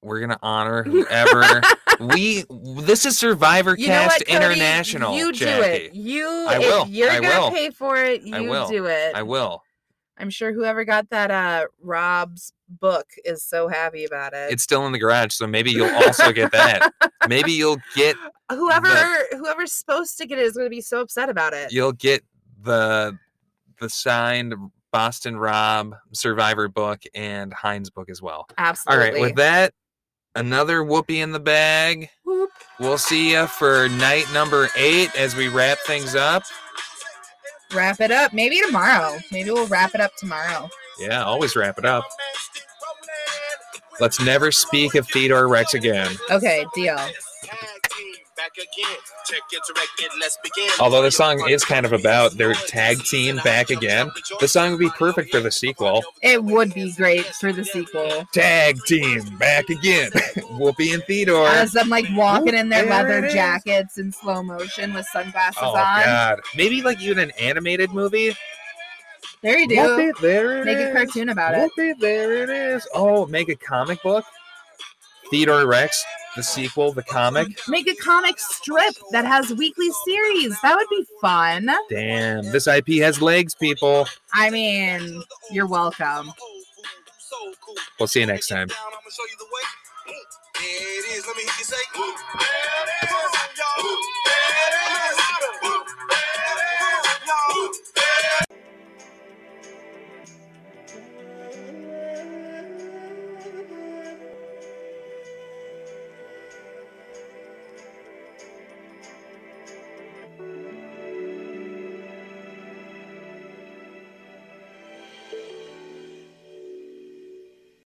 A: We're going to honor whoever. we This is SurvivorCast
B: You know what, Cody?
A: International.
B: You
A: Jackie.
B: do it. You
A: I
B: if
A: will.
B: you're
A: I
B: gonna
A: will.
B: pay for it, you
A: I will.
B: do it.
A: I will.
B: I'm sure whoever got that uh Rob's book is so happy about it.
A: it's still in the garage, so maybe you'll also get that. maybe you'll get
B: whoever whoever's supposed to get it is going to be so upset about it.
A: you'll get the the signed Boston Rob Survivor book and Heinz book as well. All
B: Absolutely.
A: right, with that, another whoopee in the bag.
B: Whoop.
A: We'll see you for night number eight as we wrap things up.
B: Wrap it up. Maybe tomorrow. Maybe we'll wrap it up tomorrow.
A: Yeah, always wrap it up. Let's never speak of Theodore Rex again.
B: Okay, deal.
C: Although the song is kind of about their tag team back again, the song would be perfect for the sequel.
B: It would be great for the sequel.
A: Tag team back again. Whoopi and Theodore.
B: As them like walking in their
A: there
B: leather
A: it is.
B: jackets in slow motion with sunglasses
A: Oh
B: on.
A: God! Maybe like even an animated movie.
B: There you do.
A: Whoop it, there it
B: Make a
A: is.
B: cartoon about it.
A: Whoop it, there it is. Oh, make a comic book. Theodore Rex, the sequel, the comic.
B: Make a comic strip that has weekly series. That would be fun.
A: Damn, this IP has legs, people.
B: I mean, you're welcome.
A: We'll see you next time.
C: There it is. Let me hear you say, "Woo." There it is.